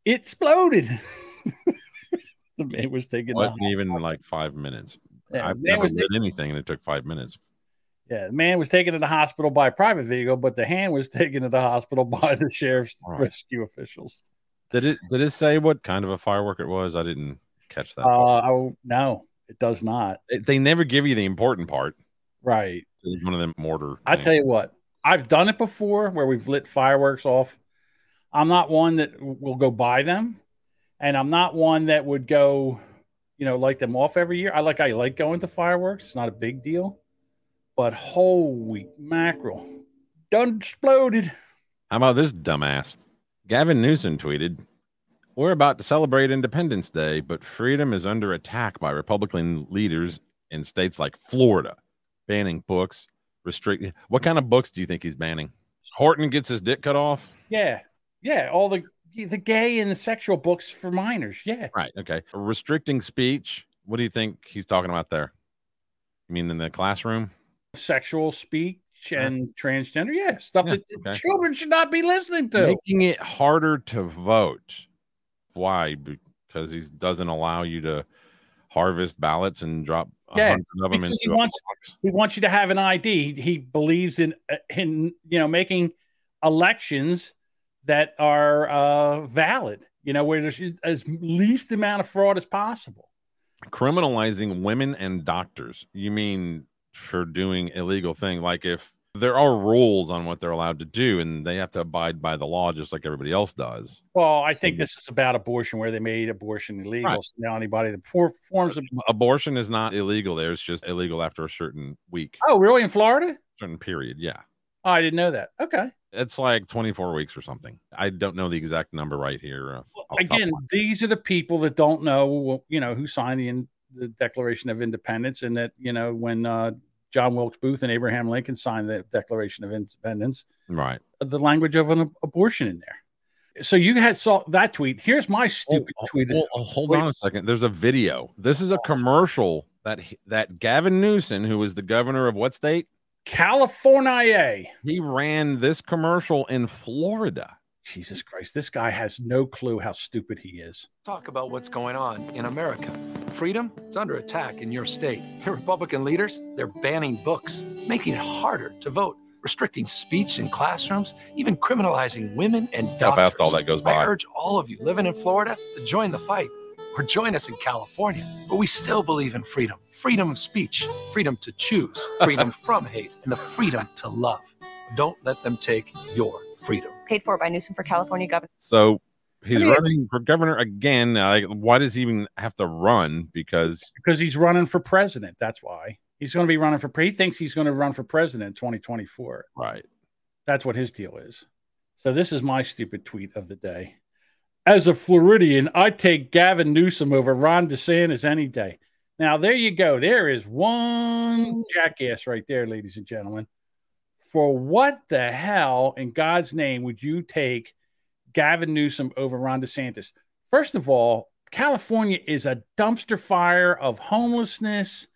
it exploded. the man was taking
Wasn't even like five minutes.
Yeah,
I've
man
never
was
did anything that took five minutes.
Yeah, the man was taken to the hospital by a private vehicle, but the hand was taken to the hospital by the sheriff's
Right.
rescue officials.
Did it did it say what kind of a firework it was? I didn't catch that.
Uh, oh no, it does not.
They- they never give you the important part.
Right.
It was one of them mortar.
I
things.
tell you what, I've done it before where we've lit fireworks off. I'm not one that will go buy them, and I'm not one that would go, you know, light them off every year. I like I like going to fireworks. It's not a big deal, but holy mackerel, done exploded.
How about this dumbass? Gavin Newsom tweeted, We're about to celebrate Independence Day, but freedom is under attack by Republican leaders in states like Florida, banning books, restricting. What kind of books do you think he's banning? Horton gets his dick cut off.
Yeah, yeah, all the the gay and the sexual books for minors. Yeah,
Right. Okay. Restricting speech. What do you think he's talking about there? You mean in the classroom?
sexual speech and transgender. Yeah, stuff
Yeah,
that
okay.
children should not be listening to.
Making it harder to vote. Why? Because he doesn't allow you to harvest ballots and drop a
Yeah,
hundred of them
because he
into a
wants-
box.
he wants you to have an ID. He believes in uh, in you know making elections that are uh, valid. You know where there's as least amount of fraud as possible.
criminalizing women and doctors. You mean for doing illegal thing? Like if there are rules on what they're allowed to do, and they have to abide by the law just like everybody else does.
Well, I think this is about abortion, where they made abortion illegal.
Right.
So now anybody that for, forms of
Abortion is not illegal there; it's just illegal after a certain week,
oh really in Florida?
certain period. Yeah,
Oh, I didn't know that. Okay.
it's like twenty-four weeks or something. I don't know the exact number right here. uh, off the top of
Again,
my-
these are the people that don't know, you know, who signed the, in, the Declaration of Independence, and that you know when uh, John Wilkes Booth and Abraham Lincoln signed the Declaration of Independence,
right?
the language of an ab- abortion in there. So you had saw that tweet. Here's my stupid
Oh,
tweet.
oh, oh, hold
Wait.
on a second. There's a video. This is a commercial that he- that Gavin Newsom, who is the governor of what state?
California.
He ran this commercial in Florida.
Jesus Christ, this guy has no clue how stupid he is.
Talk about what's going on in America. Freedom, it's under attack in your state. Your Republican leaders, they're banning books, making it harder to vote, restricting speech in classrooms, even criminalizing women and doctors.
How fast all that goes
I
by.
urge all of you living in Florida to join the fight or join us in California, where we still believe in freedom freedom of speech, freedom to choose, freedom from hate, and the freedom to love. Don't let them take your freedom.
Paid for by Newsom for California governor.
So he's
I mean, it's-
running for governor again. Uh, Like, why does he even have to run? Because
Because he's running for president. That's why. He's going to be running for pre. He thinks he's going to run for president in 2024.
Right.
That's what his deal is. So this is my stupid tweet of the day. As a Floridian, I take Gavin Newsom over Ron DeSantis any day. Now there you go. There is one jackass right there, ladies and gentlemen. For what the hell in God's name would you take Gavin Newsom over Ron DeSantis? First of all, California is a dumpster fire of homelessness.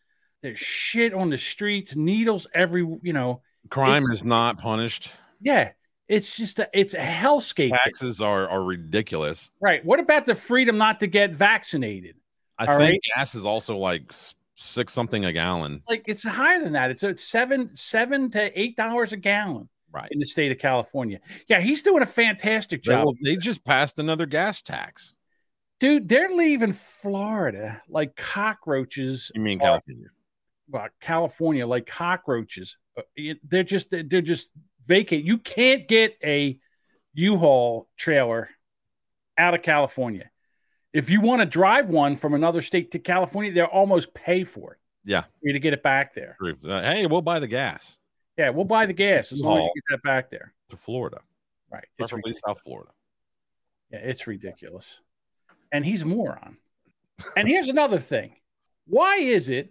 There's shit on the streets, needles every, you know.
crime
it's-
is not punished.
yeah, it's just a, it's a hellscape. there.
Taxes are, are ridiculous.
Right. What about the freedom not to get vaccinated?
I
All
think
right.
gas is also like s- six something a gallon.
It's like it's higher than that. It's it's seven seven to eight dollars a gallon.
Right.
In the state of California. Yeah, he's doing a fantastic
They,
job.
will- they just passed another gas tax.
Dude, they're leaving Florida like cockroaches.
You mean
are-
California?
well, California like cockroaches. Uh, it- They're just they're just vacant. You can't get a U-Haul trailer out of California. If you want to drive one from another state to California, they'll almost pay for it
Yeah.
for you to get it back there.
True. Uh, hey, we'll buy the gas
Yeah, we'll buy the gas as long as you get that back there.
to Florida,
Right. It's
preferably South Florida.
Yeah, it's ridiculous. And he's a moron. And here's another thing. Why is it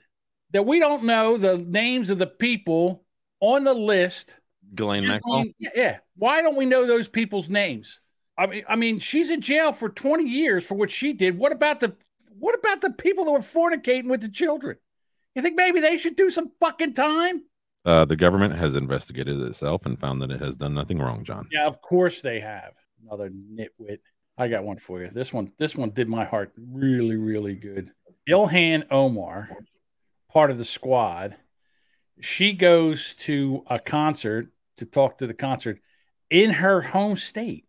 that we don't know the names of the people on the list?
Ghislaine
Just
Maxwell.
on- yeah, yeah. Why don't we know those people's names? I mean, I mean, she's in jail for 20 years for what she did. What about the what about the people that were fornicating with the children? You think maybe they should do some fucking time?
Uh, the government has investigated itself and found that it has done nothing wrong, John.
Yeah, of course they have. Another nitwit. I got one for you. This one, this one did my heart really, really good. Ilhan Omar, part of the squad, she goes to a concert to talk to the concert in her home state.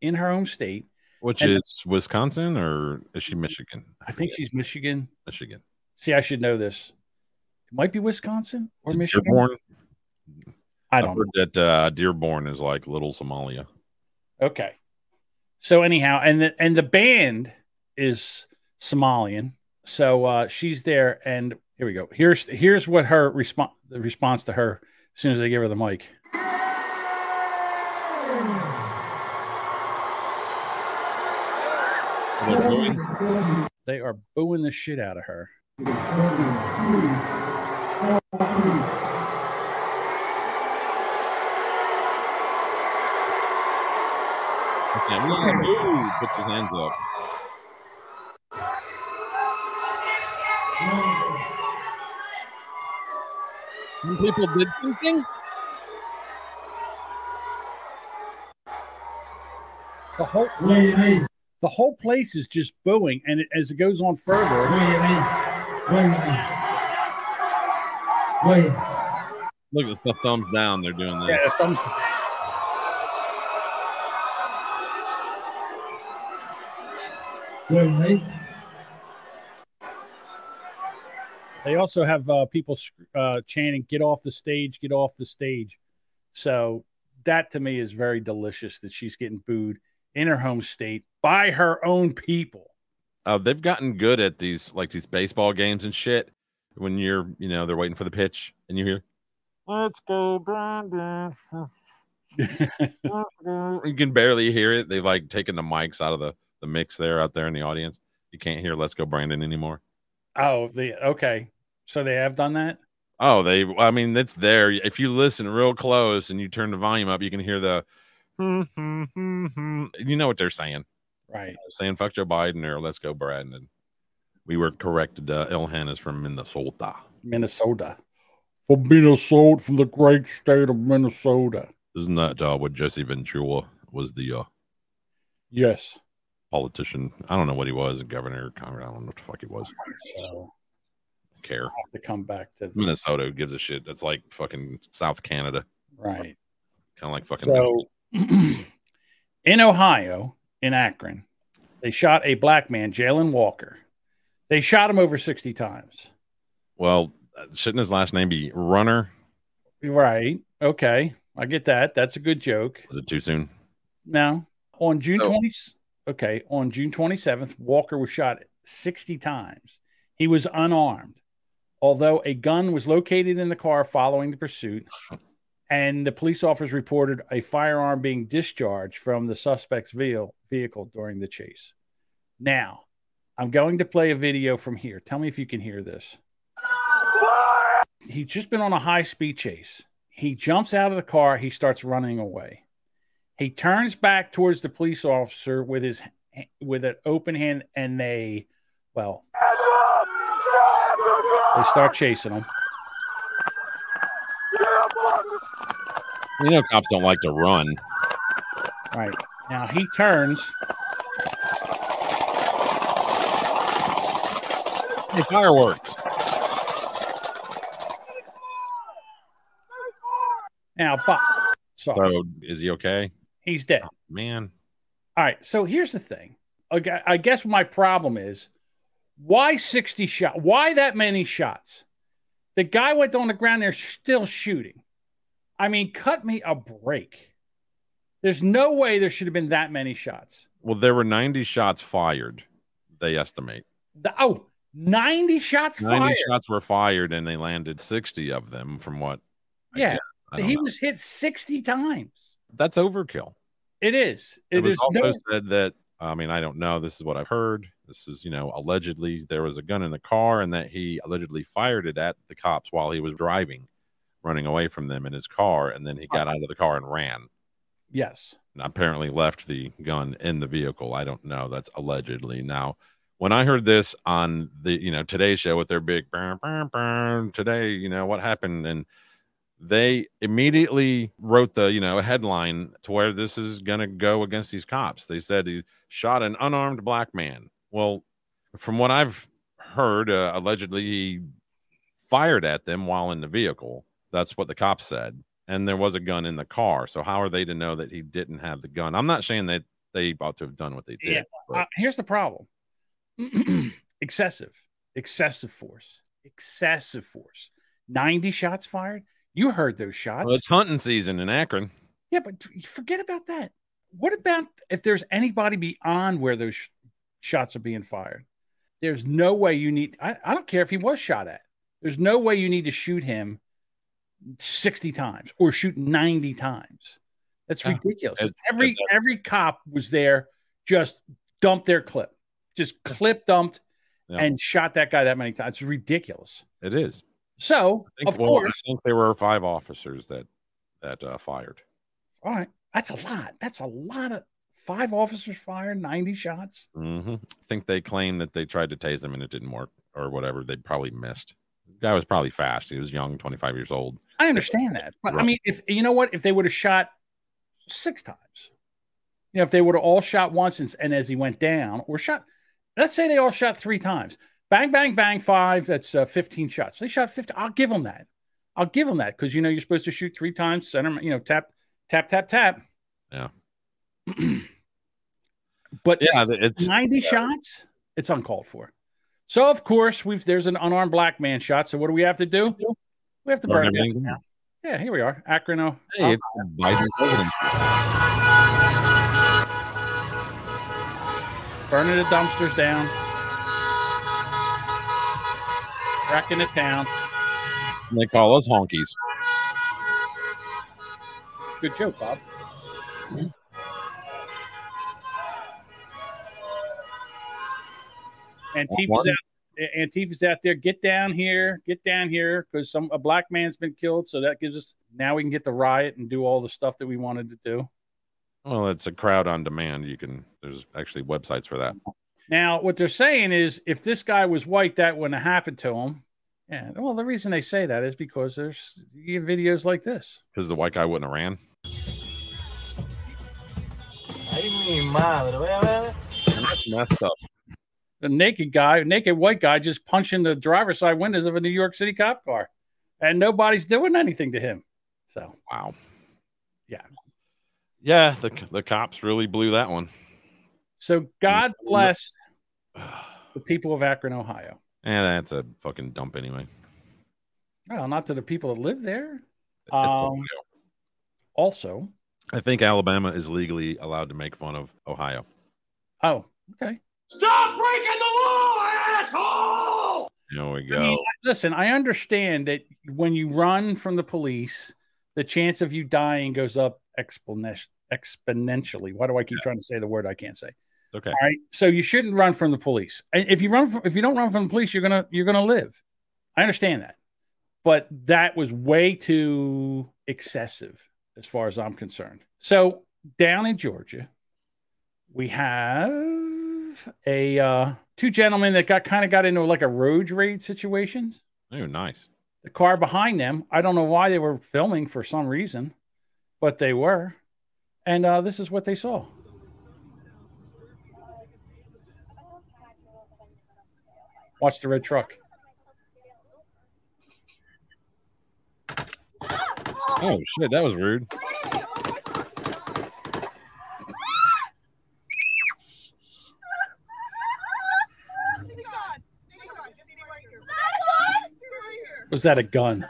In her home state.
Which
And-
is Wisconsin or is she Michigan?
I think she's Michigan.
Michigan.
See, I should know this. It might be Wisconsin or Michigan.
Dearborn.
I
I've
don't
heard that uh, Dearborn is like little Somalia.
Okay. So anyhow, and the and the band is Somalian. So uh, she's there, and here we go. Here's here's what her response the response to her as soon as they give her the mic. They are booing the shit out of her.
Yeah, we- ooh, puts his hands up. People did something.
The whole the whole place is just booing, and it, as it goes on further,
Look, it's the thumbs down. They're doing this.
Yeah, the thumbs. They also have uh, people sc- uh, chanting, "Get off the stage! Get off the stage!" So that to me is very delicious that she's getting booed in her home state by her own people.
Uh, they've gotten good at these, like these baseball games and shit. When you're, you know, they're waiting for the pitch, and you hear,
Let's go, Brandon. Let's go.
you can barely hear it. They've like taken the mics out of the the mix there out there in the audience. You can't hear "Let's Go Brandon" anymore.
Oh, the okay. So they have done that.
Oh, they. I mean, it's there. If you listen real close and you turn the volume up, you can hear the. You know what they're saying.
Right.
They're saying "fuck Joe Biden" or "Let's go Brandon." We were corrected. Uh, Ilhan is from Minnesota.
Minnesota. for Minnesota, from the great state of Minnesota.
Isn't that uh, what Jesse Ventura was the uh,
Yes.
politician? I don't know what he was, a governor, Congress. I don't know what the fuck he was.
So
Care.
I have to come back to this.
Minnesota gives a shit. That's like fucking South Canada.
Right.
Kind of like fucking.
So in Ohio, in Akron, they shot a black man, Jalen Walker. They shot him over 60 times.
well, uh, shouldn't his last name be Runner?
Right. Okay. I get that. That's a good joke.
Was it too soon?
Now, on June 20th, okay, on June 27th, Walker was shot 60 times. He was unarmed, although a gun was located in the car following the pursuit, and the police officers reported a firearm being discharged from the suspect's vehi- vehicle during the chase. Now, I'm going to play a video from here. Tell me if you can hear this. He's just been on a high speed chase. He jumps out of the car, he starts running away. He turns back towards the police officer with his with an open hand, and they, well, they start chasing him.
You know, cops don't like to run.
Right now, he turns.
Hey, fireworks.
Now, Bob, sorry,
So is he okay?
he's dead.
Man,
All right. So here's the thing. I gu- I guess my problem is why 60 shot? Why that many shots? The guy went on the ground. They're still shooting. I mean, cut me a break. There's no way there should have been that many shots.
well, there were 90 shots fired, they estimate.
The, oh, 90 shots
90
fired.
shots were fired and they landed 60 of them from what
yeah.
I don't
He
know.
was hit 60 times.
that's overkill.
It is.
It,
It
was
is.
also
No,
said that I mean I don't know. This is what I've heard. This is you know allegedly there was a gun in the car and that he allegedly fired it at the cops while he was driving, running away from them in his car, and then he got out of the car and ran.
yes.
And apparently left the gun in the vehicle. I don't know. That's allegedly. Now, when I heard this on the you know Today Show with their big burn burn burn today, you know what happened, and they immediately wrote the you know headline to where this is gonna go against these cops. They said he shot an unarmed black man. Well, from what I've heard, uh, allegedly he fired at them while in the vehicle. That's what the cops said. And there was a gun in the car. So how are they to know that he didn't have the gun? I'm not saying that they ought to have done what they did.
Yeah. Uh, here's the problem excessive, excessive force, excessive force. 90 shots fired. You heard those shots.
Well, it's hunting season in Akron.
yeah, but t- forget about that. What about if there's anybody beyond where those sh- shots are being fired? There's no way you need, I, I don't care if he was shot at. There's no way you need to shoot him 60 times or shoot 90 times. That's
Yeah.
ridiculous.
It's-
every every cop was there, just dumped their clip, just clip dumped,
Yeah.
and shot that guy that many times. It's ridiculous.
It is.
So
I think,
of
well,
course,
I think there were five officers that that uh, fired.
all right, that's a lot. That's a lot of five officers fired, ninety shots.
hmm I think they claimed that they tried to tase him and it didn't work or whatever. They probably missed. The guy was probably fast. He was young, 25 years old.
I understand that, but I
Right.
mean, if you know what, if they would have shot six times, you know, if they would have all shot once and, and as he went down, or shot, let's say they all shot three times, bang, bang, bang, five. That's uh, fifteen shots. They shot fifty. I'll give them that. I'll give them that because you know you're supposed to shoot three times, center, you know, tap, tap, tap, tap.
Yeah.
But
Yeah,
yeah,
the- it's-
ninety shots, it's uncalled for. So of course we've there's an unarmed black man shot. So what do we have to do? We have to burn
Burn
it down.
everything down.
Yeah, here we are. Akron. Oh,
Hey, it's the Biden president.
burning the dumpsters down, wrecking the town.
And They call us honkies.
Good joke, Bob. Antifa's
One.
out. Antifa's out there. Get down here. Get down here because some a black man's been killed. So that gives us now we can get the riot and do all the stuff that we wanted to do.
Well, it's a crowd on demand. You can, there's actually websites for that.
Now, what they're saying is if this guy was white, that wouldn't have happened to him. Yeah. Well, the reason they say that is because there's you get videos like this.
Because the white guy wouldn't have ran. That's messed up.
The naked guy, naked white guy, just punching the driver's side windows of a New York City cop car, and nobody's doing anything to him. So
wow.
Yeah.
Yeah, the the cops really blew that one.
So God bless the people of Akron, Ohio.
And that's a fucking dump anyway.
Well, not to the people that live there. Um, also,
I think Alabama is legally allowed to make fun of Ohio.
oh, okay.
Stop breaking the law, asshole!
There we
I
go.
mean, listen, I understand that when you run from the police, the chance of you dying goes up exponenti- exponentially. Why do I keep trying to say the word I can't say?
Okay.
All right. So you shouldn't run from the police. And If you run, from, if you don't run from the police, you're gonna you're gonna live. I understand that, but that was way too excessive, as far as I'm concerned. So down in Georgia, we have a uh, two gentlemen that got kind of got into like a road rage situations.
Oh, nice.
The car behind them, I don't know why they were filming for some reason, but they were, and uh, this is what they saw. Watch the red truck.
Oh shit, that was rude.
Was that a gun?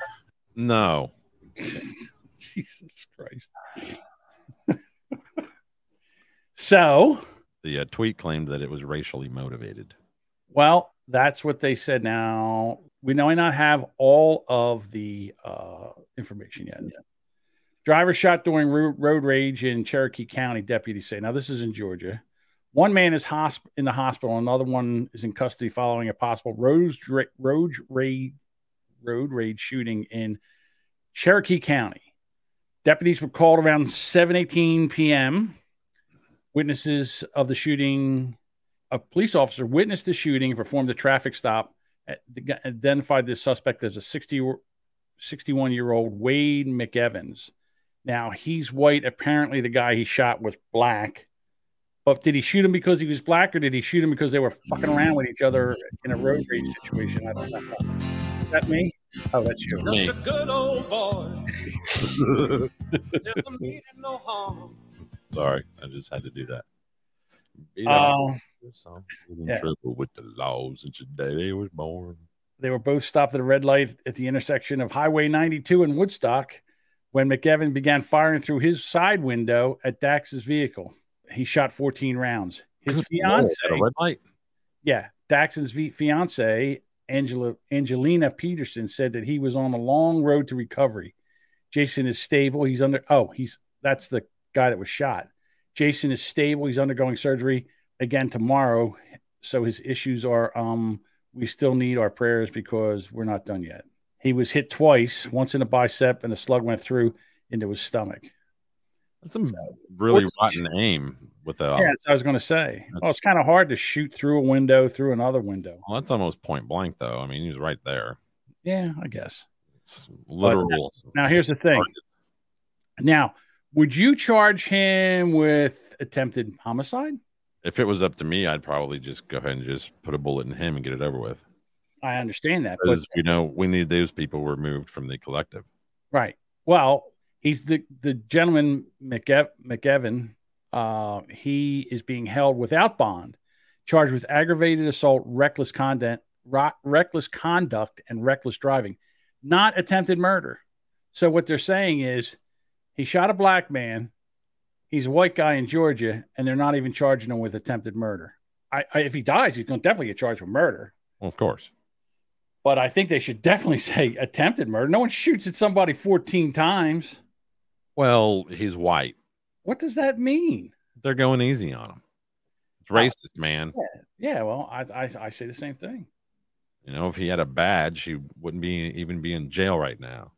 No.
Jesus Christ. so,
The uh, tweet claimed that it was racially motivated.
well, that's what they said. Now we may not have all of the uh, information yet. Driver shot during ro- road rage in Cherokee County. Deputies say. Now this is in Georgia. One man is hosp- in the hospital. Another one is in custody following a possible road ra- road rage road rage shooting in Cherokee County. Deputies were called around 7:18 p.m. Witnesses of the shooting, a police officer witnessed the shooting and performed a traffic stop. At the gu- Identified the suspect as a 60, 61 year old Wade McEvans. Now he's white. Apparently, the guy he shot was black. But did he shoot him because he was black, or did he shoot him because they were fucking around with each other in a road rage situation? I don't know. Is that me? Oh, that's
Uh,
you.
Such a good old boy. Never meaning no harm.
Sorry, I just had to do that. You know,
Oh.
some was in
yeah.
trouble with the law since the day they was born.
They were both stopped at a red light at the intersection of Highway 92 in Woodstock when McEvin began firing through his side window at Dax's vehicle. He shot 14 rounds. His
Good lord,
fiance,
at a red light.
yeah, Dax's v- fiance, Angela Angelina Peterson, said that he was on a long road to recovery. Jason is stable. He's under. Oh, he's that's the guy that was shot. Jason is stable. He's undergoing surgery again tomorrow. So his issues are um we still need our prayers because we're not done yet. He was hit twice, once in the bicep, and the slug went through into his stomach.
That's some really
Fortune-
rotten aim with a.
Yeah, that's what I was going to say. Well, it's kind of hard to shoot through a window, through another window.
Well, that's almost point blank, though. I mean, he was right there.
Yeah, I guess.
It's literal.
Now, here's the thing. Now, would you charge him with attempted homicide?
If it was up to me, I'd probably just go ahead and just put a bullet in him and get it over with.
I understand that, but
Because you know we need those people removed from the collective.
right. Well, he's the the gentleman McEv- McEvin. Uh, he is being held without bond, charged with aggravated assault, reckless conduct, ro- reckless conduct, and reckless driving, not attempted murder. So what they're saying is, he shot a black man. He's a white guy in Georgia, and they're not even charging him with attempted murder. I, I if he dies, he's going to definitely get charged with murder.
Well, of course.
but I think they should definitely say attempted murder. No one shoots at somebody 14 times.
Well, he's white.
What does that mean?
They're going easy on him. It's racist, man.
Yeah, well, I, I, I say the same thing.
You know, if he had a badge, he wouldn't be even be in jail right now.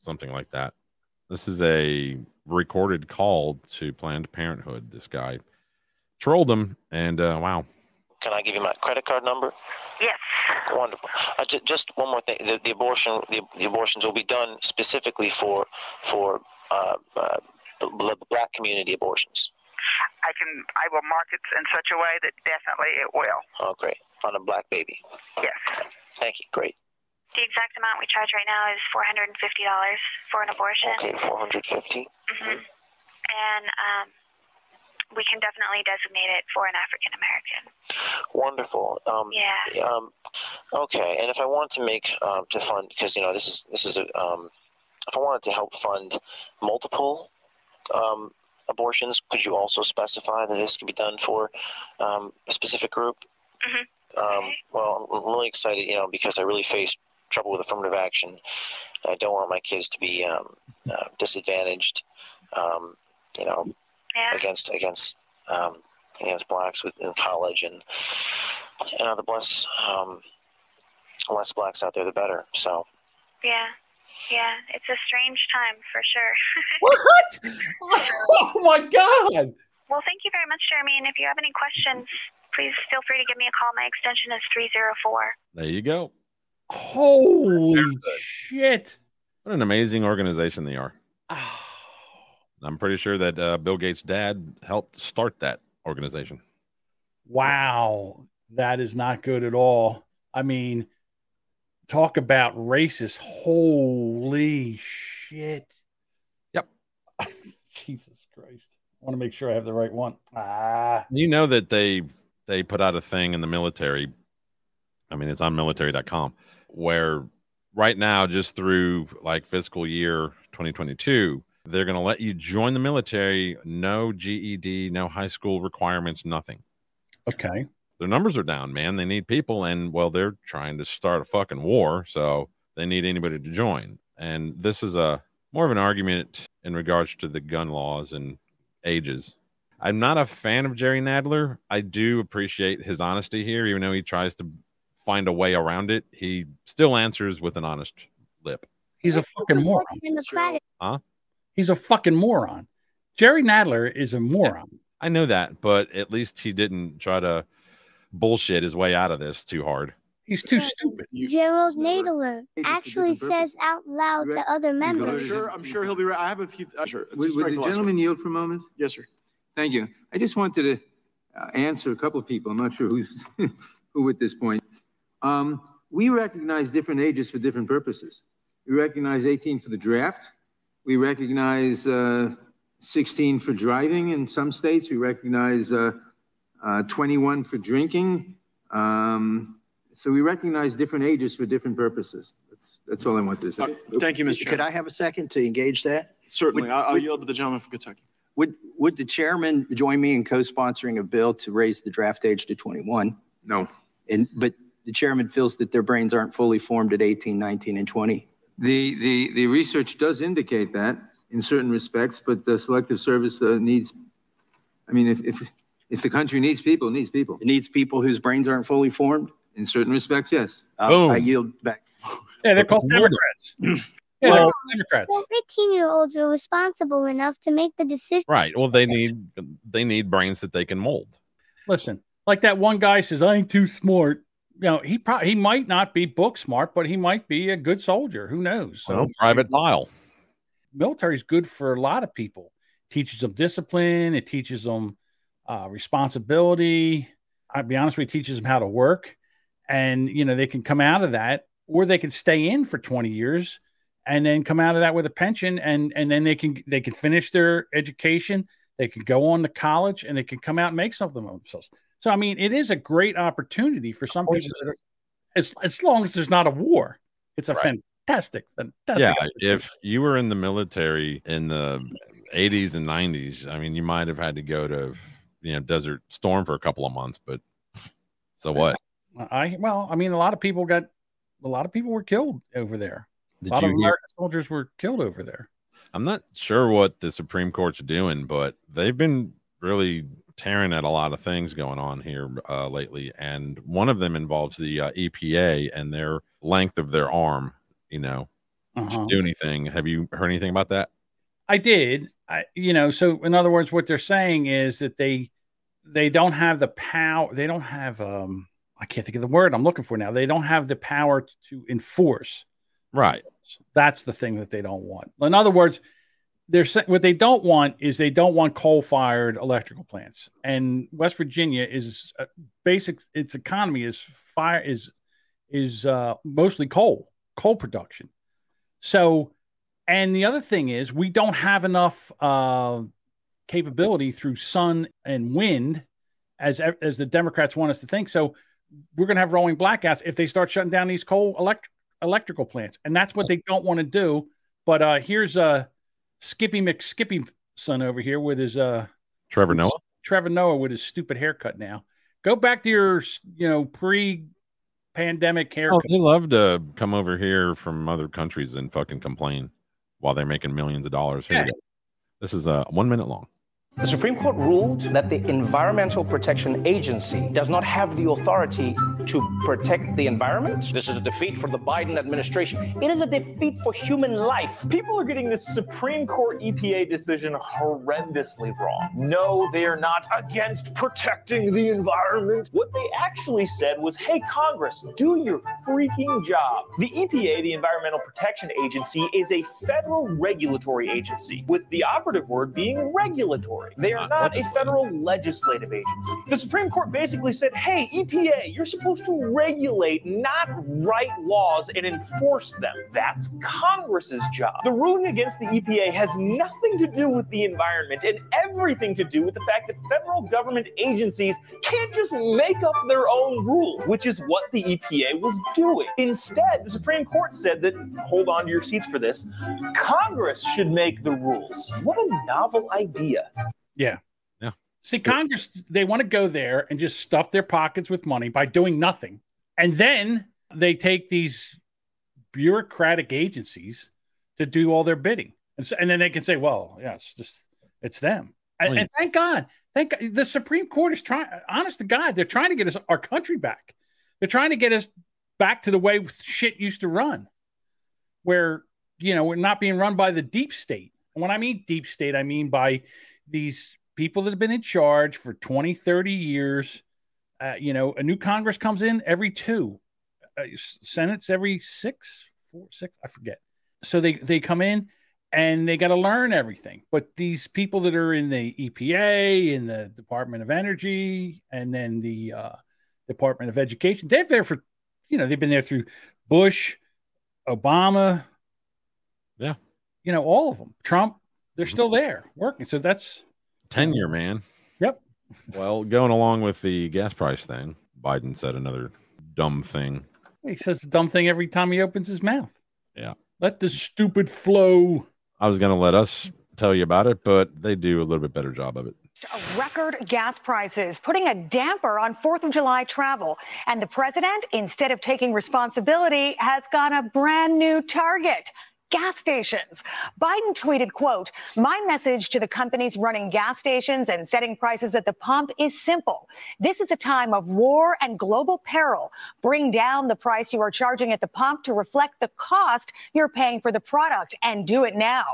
Something like that. This is a recorded call to Planned Parenthood. This guy trolled him, and uh, wow,
Can I give you my credit card number?
Yes.
Wonderful. Uh, ju- just one more thing. The, the abortion, the, the abortions will be done specifically for for uh, uh, the the black community abortions.
I can. I will mark it in such a way that definitely it will.
Oh, great. On a black baby.
Yes.
Thank you. Great.
The exact amount we charge right now is $450 for an abortion.
Okay, 450.
hmm And um, we can definitely designate it for an African American.
Wonderful. Um,
Yeah.
Um, okay, and if I wanted to make um, to fund, because you know this is this is a, um, if I wanted to help fund multiple um, abortions, could you also specify that this could be done for um, a specific group?
Mhm.
Um, well, I'm really excited, you know, because I really faced trouble with affirmative action. I don't want my kids to be um, uh, disadvantaged, um, you know, against against um, against blacks with, in college and you know the less um, less blacks out there the better. So
Yeah. Yeah. It's a strange time for sure.
What? Oh my God.
well, thank you very much, Jeremy. And if you have any questions, please feel free to give me a call. My extension is 304.
There you go.
Holy shit.
What an amazing organization they are. I'm pretty sure that uh, Bill Gates' dad helped start that organization.
Wow, that is not good at all. I mean, talk about racist. Holy shit.
Yep.
Jesus Christ. I want to make sure I have the right one. Ah,
You know that they they put out a thing in the military. I mean, it's on military.com where right now, just through like fiscal year 2022, they're going to let you join the military, no GED, no high school requirements, nothing.
okay.
Their numbers are down, man. They need people, and well, they're trying to start a fucking war, so they need anybody to join. And this is a more of an argument in regards to the gun laws and ages. I'm not a fan of Jerry Nadler. I do appreciate his honesty here, even though he tries to find a way around it. He still answers with an honest lip.
He's a fucking moron.
Huh?
He's a fucking moron. Jerry Nadler is a moron.
I know that, but at least he didn't try to bullshit his way out of this too hard.
He's too stupid.
Gerald Nadler actually says out loud to other
I'm
members.
sure, I'm sure he'll be right. I have a few. Uh, sure.
Would, would the gentleman yield for a moment?
Yes, sir.
Thank you. I just wanted to uh, answer a couple of people. I'm not sure who, who at this point. Um, we recognize different ages for different purposes. We recognize 18 for the draft. We recognize uh, 16 for driving in some states. We recognize uh, uh, 21 for drinking. Um, so we recognize different ages for different purposes. That's, that's all I wanted to say.
Uh, Thank you, Mr.
Could I have a second to engage that?
Certainly.
Would-
I- I'll
would-
yield to the gentleman from Kentucky.
Would, would the chairman join me in co-sponsoring a bill to raise the draft age to 21?
No.
And, but the chairman feels that their brains aren't fully formed at 18, 19, and 20.
The, the, the research does indicate that in certain respects, but the selective service uh, needs, I mean, if, if, if the country needs people, it needs people. It
needs people whose brains aren't fully formed?
In certain respects, yes.
I- I yield back.
Yeah, they're called Democrats. Yeah, they're
Well-
called Democrats.
13 year olds are responsible enough to make the decision.
Right. Well, they need they need brains that they can mold.
Listen, like that one guy says, I ain't too smart. You know, he probably he might not be book smart, but he might be a good soldier. Who knows? So
Well, Private Lyle.
military's good for a lot of people. teaches them discipline. It teaches them uh, responsibility. I'll be honest with you, it teaches them how to work, and you know they can come out of that, or they can stay in for twenty years and then come out of that with a pension, and and then they can they can finish their education. They can go on to college, and they can come out and make something of themselves. So I mean, it is a great opportunity for some people. That are, as as long as there's not a war, it's a fantastic, fantastic.
yeah. If you were in the military in the 80s and 90s, I mean, you might have had to go to you know Desert Storm for a couple of months, but so what?
I well, I mean, a lot of people got a lot of people were killed over there.
Did
a lot of
you hear-
American soldiers were killed over there.
I'm not sure what the Supreme Court's doing, but they've been really tearing at a lot of things going on here uh, lately, and one of them involves the uh, EPA and their length of their arm. You know,
Uh-huh.
to do anything. Have you heard anything about that?
I did. I you know, so in other words, what they're saying is that they they don't have the power. They don't have um. I can't think of the word I'm looking for now. They don't have the power t- to enforce.
Right.
That's the thing that they don't want. In other words, they're sa- what they don't want is they don't want coal-fired electrical plants. And West Virginia is uh, basic. Its economy is fire is is uh, mostly coal, coal production. So, and the other thing is we don't have enough uh, capability through sun and wind as as the Democrats want us to think. So we're going to have rolling blackouts if they start shutting down these coal elect- electrical plants, and that's what they don't want to do. But uh, here's uh, Skippy McSkippy son over here with his uh,
Trevor Noah.
Trevor Noah with his stupid haircut. Now go back to your you know pre-pandemic
Oh,
haircut.
they love to come over here from other countries and fucking complain while they're making millions of dollars. Here we go. This is uh, one minute long.
The Supreme Court ruled that the Environmental Protection Agency does not have the authority to protect the environment. This is a defeat for the Biden administration. It is a defeat for human life.
People are getting this Supreme Court EPA decision horrendously wrong. No, they are not against protecting the environment. What they actually said was hey, Congress, do your freaking job. The EPA, the Environmental Protection Agency, is a federal regulatory agency, with the operative word being regulatory. They are not a federal legislative agency. The Supreme Court basically said hey, EPA, you're supposed to regulate, not write laws and enforce them. That's Congress's job. The ruling against the EPA has nothing to do with the environment and everything to do with the fact that federal government agencies can't just make up their own rule, which is what the EPA was doing. Instead, the Supreme Court said that, hold on to your seats for this, Congress should make the rules. What a novel idea.
Yeah.
Yeah.
See, Congress, they want to go there and just stuff their pockets with money by doing nothing. And then they take these bureaucratic agencies to do all their bidding. And, so, and then they can say, well, yeah, it's just, it's them. And, and thank God. Thank God. The Supreme Court is trying, honest to God, they're trying to get us our country back. They're trying to get us back to the way shit used to run, where, you know, we're not being run by the deep state. And when I mean deep state, I mean by these people that have been in charge for 20, 30 years. Uh, you know, a new Congress comes in every two, uh, s- Senate's every six, four, six, I forget. So they they come in and they got to learn everything. But these people that are in the EPA, in the Department of Energy, and then the uh, Department of Education, they've there for, you know, they've been there through Bush, Obama,
Yeah.
you know, all of them. Trump, they're still there working. So that's
Tenure, man.
Yep.
Well, going along with the gas price thing, Biden said another dumb thing.
he says the dumb thing every time he opens his mouth.
Yeah.
Let the stupid flow.
I was going to let us tell you about it, but they do a little bit better job of it.
Record gas prices putting a damper on 4th of July travel. And the president, instead of taking responsibility, has got a brand new target gas stations. Biden tweeted, quote, my message to the companies running gas stations and setting prices at the pump is simple. This is a time of war and global peril. Bring down the price you are charging at the pump to reflect the cost you're paying for the product and do it now.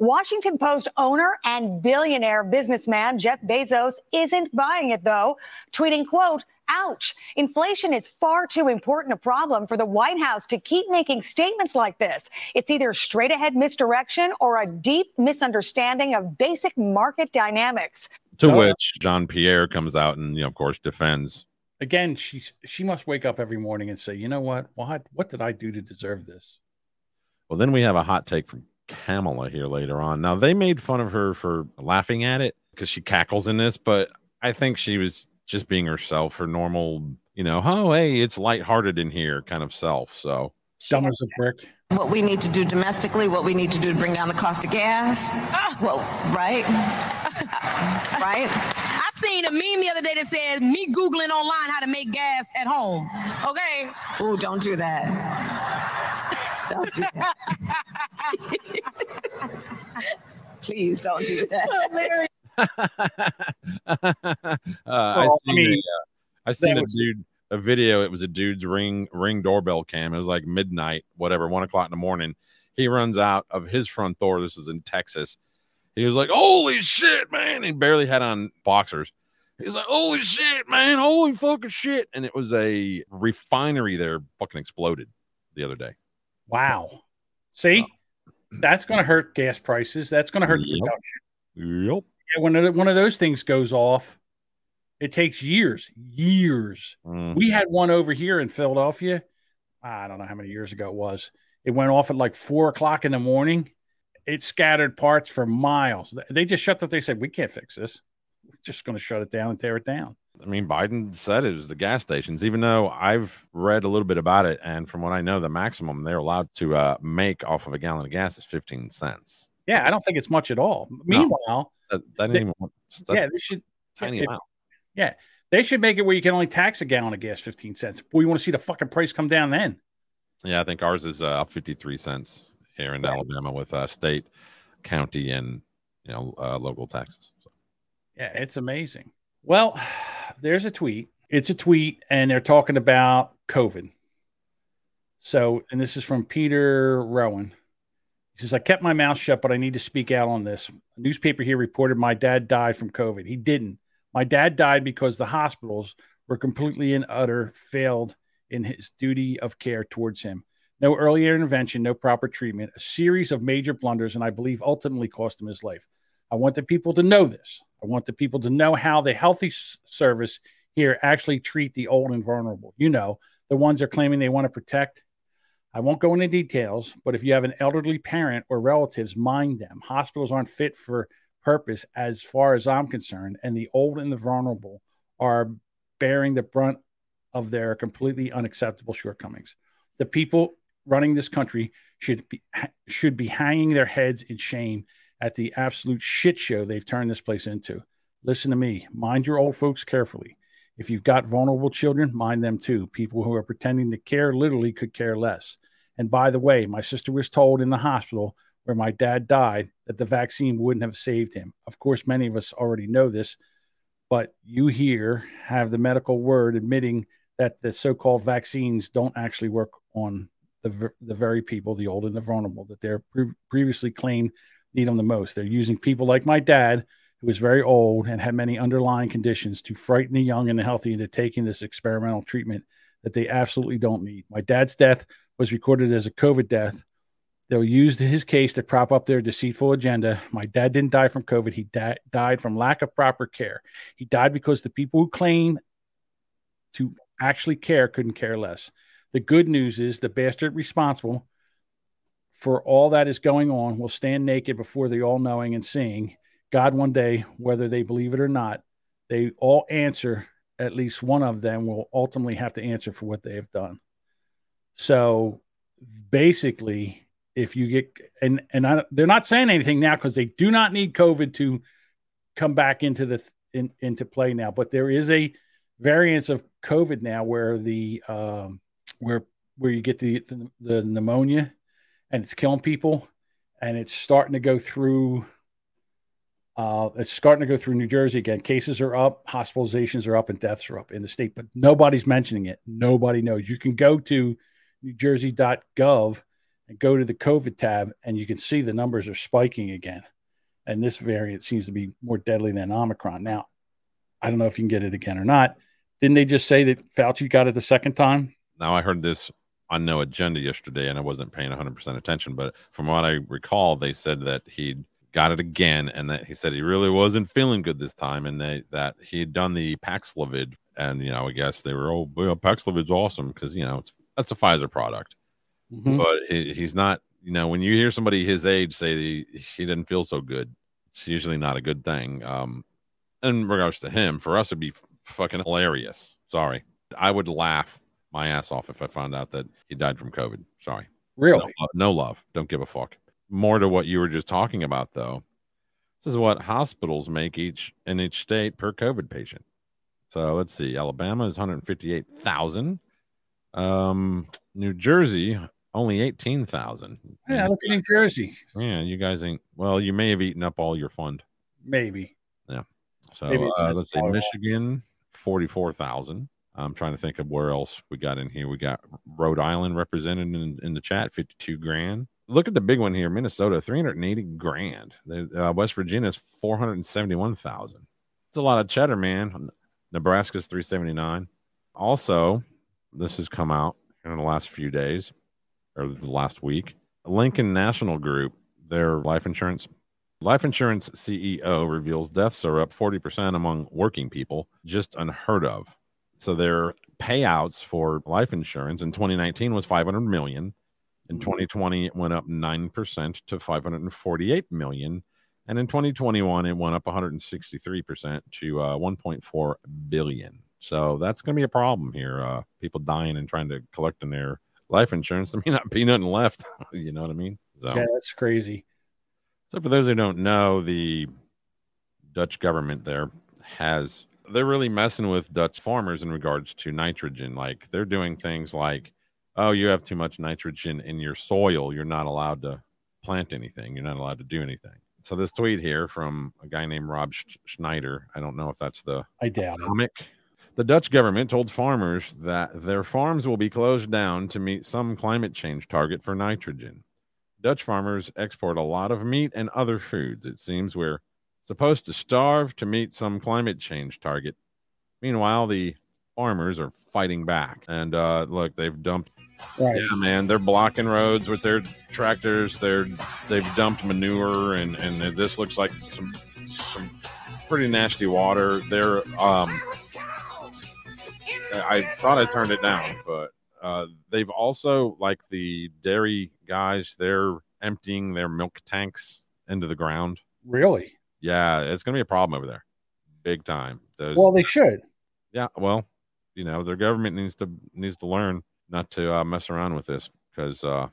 Washington Post owner and billionaire businessman Jeff Bezos isn't buying it though, tweeting, quote, Ouch. Inflation is far too important a problem for the White House to keep making statements like this. It's either straight ahead misdirection or a deep misunderstanding of basic market dynamics.
To which John Pierre comes out and, you know, of course, defends.
Again, she's she must wake up every morning and say, you know what? What what did I do to deserve this?
Well, then we have a hot take from Kamala here later on. Now, they made fun of her for laughing at it because she cackles in this, but I think she was just being herself, her normal, you know, oh, hey, it's lighthearted in here kind of self. So,
dumb as a brick.
what we need to do domestically, what we need to do to bring down the cost of gas.
Ah!
Well, right? right?
I seen a meme the other day that said me googling online how to make gas at home. Okay.
Ooh, don't do that. Don't do that. Please don't do that.
uh, I
Well, I
seen,
mean,
a, uh, I seen
that
a
was-
dude a video. It was a dude's ring ring doorbell cam. It was like midnight, whatever, one o'clock in the morning. He runs out of his front door. This was in Texas. He was like, "Holy shit, man!" He barely had on boxers, He's like, holy shit, man, holy fucking shit. And it was a refinery there fucking exploded the other day.
Wow. See, that's going to hurt gas prices. That's going to hurt
Yep.
the production.
Yep.
Yeah, when it- one of those things goes off, it takes years, years.
Mhm.
We had one over here in Philadelphia. I don't know how many years ago it was. It went off at like four o'clock in the morning. It scattered parts for miles. Th- They just shut up. They said, "We can't fix this. We're just going to shut it down and tear it down."
I mean, Biden said it was the gas stations, even though I've read a little bit about it. And from what I know, the maximum they're allowed to uh, make off of a gallon of gas is 15 cents.
Yeah, I don't think it's much at all. Meanwhile,
That, that ain't
They-
even, that's
yeah, they should.
tiny
if-
amount.
Yeah, they should make it where you can only tax a gallon of gas fifteen cents. Boy, you want to see the fucking price come down then.
Yeah, I think ours is uh, 53 cents here in Alabama with uh, state, county, and you know uh, local taxes.
Yeah, it's amazing. Well, there's a tweet. It's a tweet, and they're talking about COVID. So, and this is from Peter Rowan. He says, I kept my mouth shut, but I need to speak out on this. A newspaper here reported my dad died from COVID. He didn't. My dad died because the hospitals were completely and utter failed in his duty of care towards him. No earlier intervention, no proper treatment, a series of major blunders, and I believe ultimately cost him his life. I want the people to know this. I want the people to know how the healthy s- service here actually treat the old and vulnerable. You know, the ones they're claiming they want to protect. I won't go into details, but if you have an elderly parent or relatives, mind them. Hospitals aren't fit for purpose as far as I'm concerned, and the old and the vulnerable are bearing the brunt of their completely unacceptable shortcomings. The people running this country should be should be hanging their heads in shame at the absolute shit show they've turned this place into. Listen to me. Mind your old folks carefully. If you've got vulnerable children, mind them too. People who are pretending to care literally could care less. And by the way, my sister was told in the hospital where my dad died that the vaccine wouldn't have saved him. Of course, many of us already know this, but you here have the medical word admitting that the so-called vaccines don't actually work on the, ver- the very people, the old and the vulnerable, that they're pre- previously claimed need them the most. They're using people like my dad, who was very old and had many underlying conditions, to frighten the young and the healthy into taking this experimental treatment that they absolutely don't need. My dad's death was recorded as a COVID death. They'll use his case to prop up their deceitful agenda. My dad didn't die from COVID. He di- died from lack of proper care. He died because the people who claim to actually care couldn't care less. The good news is the bastard responsible for all that is going on will stand naked before the all knowing and seeing God one day, whether they believe it or not. They all answer, at least one of them will ultimately have to answer for what they have done. So basically, if you get and and I, they're not saying anything now because they do not need COVID to come back into the th- in, into play now. But there is a variance of COVID now where the um, where where you get the the, the pneumonia and it's killing people and it's starting to go through uh, it's starting to go through New Jersey again. Cases are up, hospitalizations are up, and deaths are up in the state, but nobody's mentioning it. Nobody knows. You can go to newjersey.gov and go to the COVID tab, and you can see the numbers are spiking again. And this variant seems to be more deadly than Omicron. Now, I don't know if you can get it again or not. Didn't they just say that Fauci got it the second time?
Now I heard this on No Agenda yesterday, and I wasn't paying 100 percent attention, but from what I recall, they said that he'd got it again, and that he said he really wasn't feeling good this time, and they, that he'd done the Paxlovid, and you know, I guess they were, oh, well, Paxlovid's awesome because you know it's that's a Pfizer product,
Mhm.
but he, he's not. You know, when you hear somebody his age say he, he didn't feel so good, it's usually not a good thing. Um, in regards to him, for us, it'd be f- fucking hilarious. Sorry. I would laugh my ass off if I found out that he died from COVID. Sorry.
Really?
No, love- no love. Don't give a fuck. More to what you were just talking about, though. This is what hospitals make each in each state per COVID patient. So let's see. Alabama is 158,000. Um, New Jersey, only 18,000.
Yeah, look at New Jersey.
Yeah, you guys ain't. Well, you may have eaten up all your fund.
Maybe.
Yeah. So
Maybe it's
uh,
just
let's say
all-
Michigan, 44,000. I'm trying to think of where else we got in here. We got Rhode Island represented in, in the chat, 52 grand. Look at the big one here Minnesota, 380 grand. They- Uh, West Virginia is 471,000. It's a lot of cheddar, man. Nebraska's 379. Also, this has come out in the last few days or the last week. Lincoln National Group, their life insurance life insurance CEO reveals deaths are up 40% among working people, just unheard of. So their payouts for life insurance in 2019 was 500 million. In 2020, it went up 9% to 548 million. And in 2021, it went up 163% to uh, 1.4 billion. So that's going to be a problem here. Uh, people dying and trying to collect on their life insurance. There may not be nothing left. you know what I mean? So,
Yeah, that's crazy.
so for those who don't know, the Dutch government there has they're really messing with Dutch farmers in regards to nitrogen. Like they're doing things like, oh, you have too much nitrogen in your soil. You're not allowed to plant anything. You're not allowed to do anything. So this tweet here from a guy named Rob Sch- Schneider. I don't know if that's the
I doubt it.
comic. The Dutch government told farmers that their farms will be closed down to meet some climate change target for nitrogen. Dutch farmers export a lot of meat and other foods. It seems we're supposed to starve to meet some climate change target. Meanwhile, the farmers are fighting back. And uh, look, they've dumped.
Right.
Yeah, man, they're blocking roads with their tractors. They're they've dumped manure, and and this looks like some some pretty nasty water. They're um, I I thought I turned it down, but uh, they've also like the dairy guys. They're emptying their milk tanks into the ground.
Really?
Yeah, it's gonna be a problem over there, big time. Those,
Well, they should.
yeah, well, you know, their government needs to needs to learn not to uh, mess around with this because uh,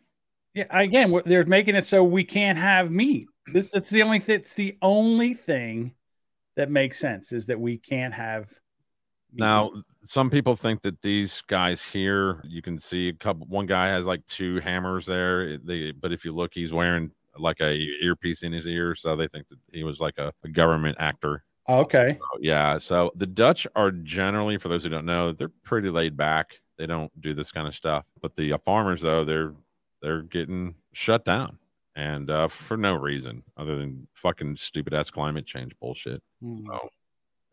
Yeah. Again, we're- they're making it so we can't have meat. This that's the only that's the only thing that makes sense is that we can't have.
now some people think that these guys here, you can see a couple. One guy has like two hammers there. eh, They, but if you look, he's wearing like a earpiece in his ear, so they think that he was like a, a government actor.
Okay.
Oh, yeah. So the Dutch are generally, for those who don't know, they're pretty laid back. They don't do this kind of stuff. But the uh, farmers, though, they're they're getting shut down, and uh, for no reason other than fucking stupid ass climate change bullshit. So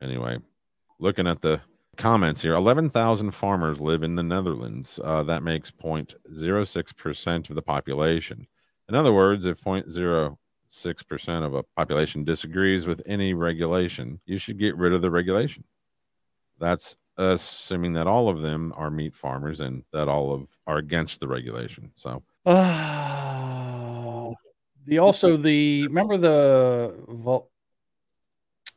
anyway, looking at the comments here, eleven thousand farmers live in the Netherlands. Uh, that makes 0.06 percent of the population. In other words, if 0.06 percent of a population disagrees with any regulation, you should get rid of the regulation. That's assuming that all of them are meat farmers and that all of are against the regulation. So
Oh, the also the remember the Vol,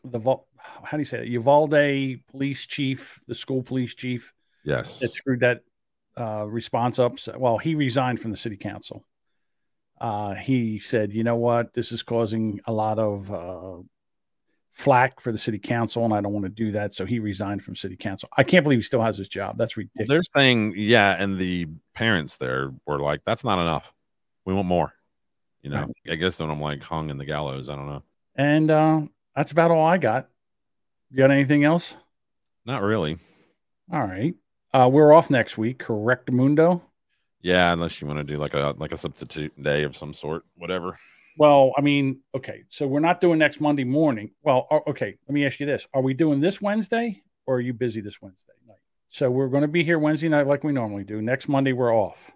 the Vol, how do you say it? Uvalde police chief, the school police chief
yes,
that screwed that uh, response up. So, well, he resigned from the city council. Uh, he said, "You know what? This is causing a lot of uh, flack for the city council, and I don't want to do that." So he resigned from city council. I can't believe he still has his job. That's ridiculous.
they're saying yeah, and the parents there were like, "That's not enough. We want more." You know, I guess when I'm like hung in the gallows, I don't know.
And uh, that's about all I got. You got anything else?
Not really.
All right. Uh, we're off next week, correct, Mundo?
Yeah, unless you want to do like a like a substitute day of some sort, whatever.
Well, I mean, okay. So we're not doing next Monday morning. Well, o- okay. Let me ask you this Are we doing this Wednesday or are you busy this Wednesday night? So we're going to be here Wednesday night like we normally do. Next Monday, we're off.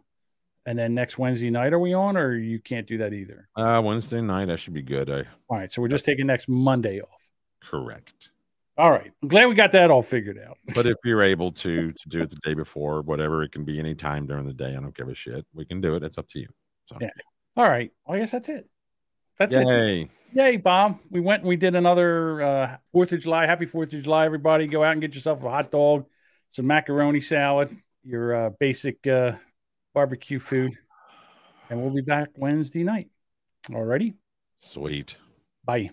And then next Wednesday night, are we on or you can't do that either?
Uh, Wednesday night, I should be good. I
All right. So we're just taking next Monday off.
correct.
All right. I'm glad we got that all figured out.
But if you're able to to do it the day before, whatever, it can be any time during the day. I don't give a shit. We can do it. It's up to you. So
Yeah. All right. Well, I guess that's it. That's it.
Yay.
Yay, Bob. We went and we did another uh, 4th of July. Happy 4th of July, everybody. Go out and get yourself a hot dog, some macaroni salad, your uh, basic uh, barbecue food. And we'll be back Wednesday night. All righty.
Sweet.
Bye.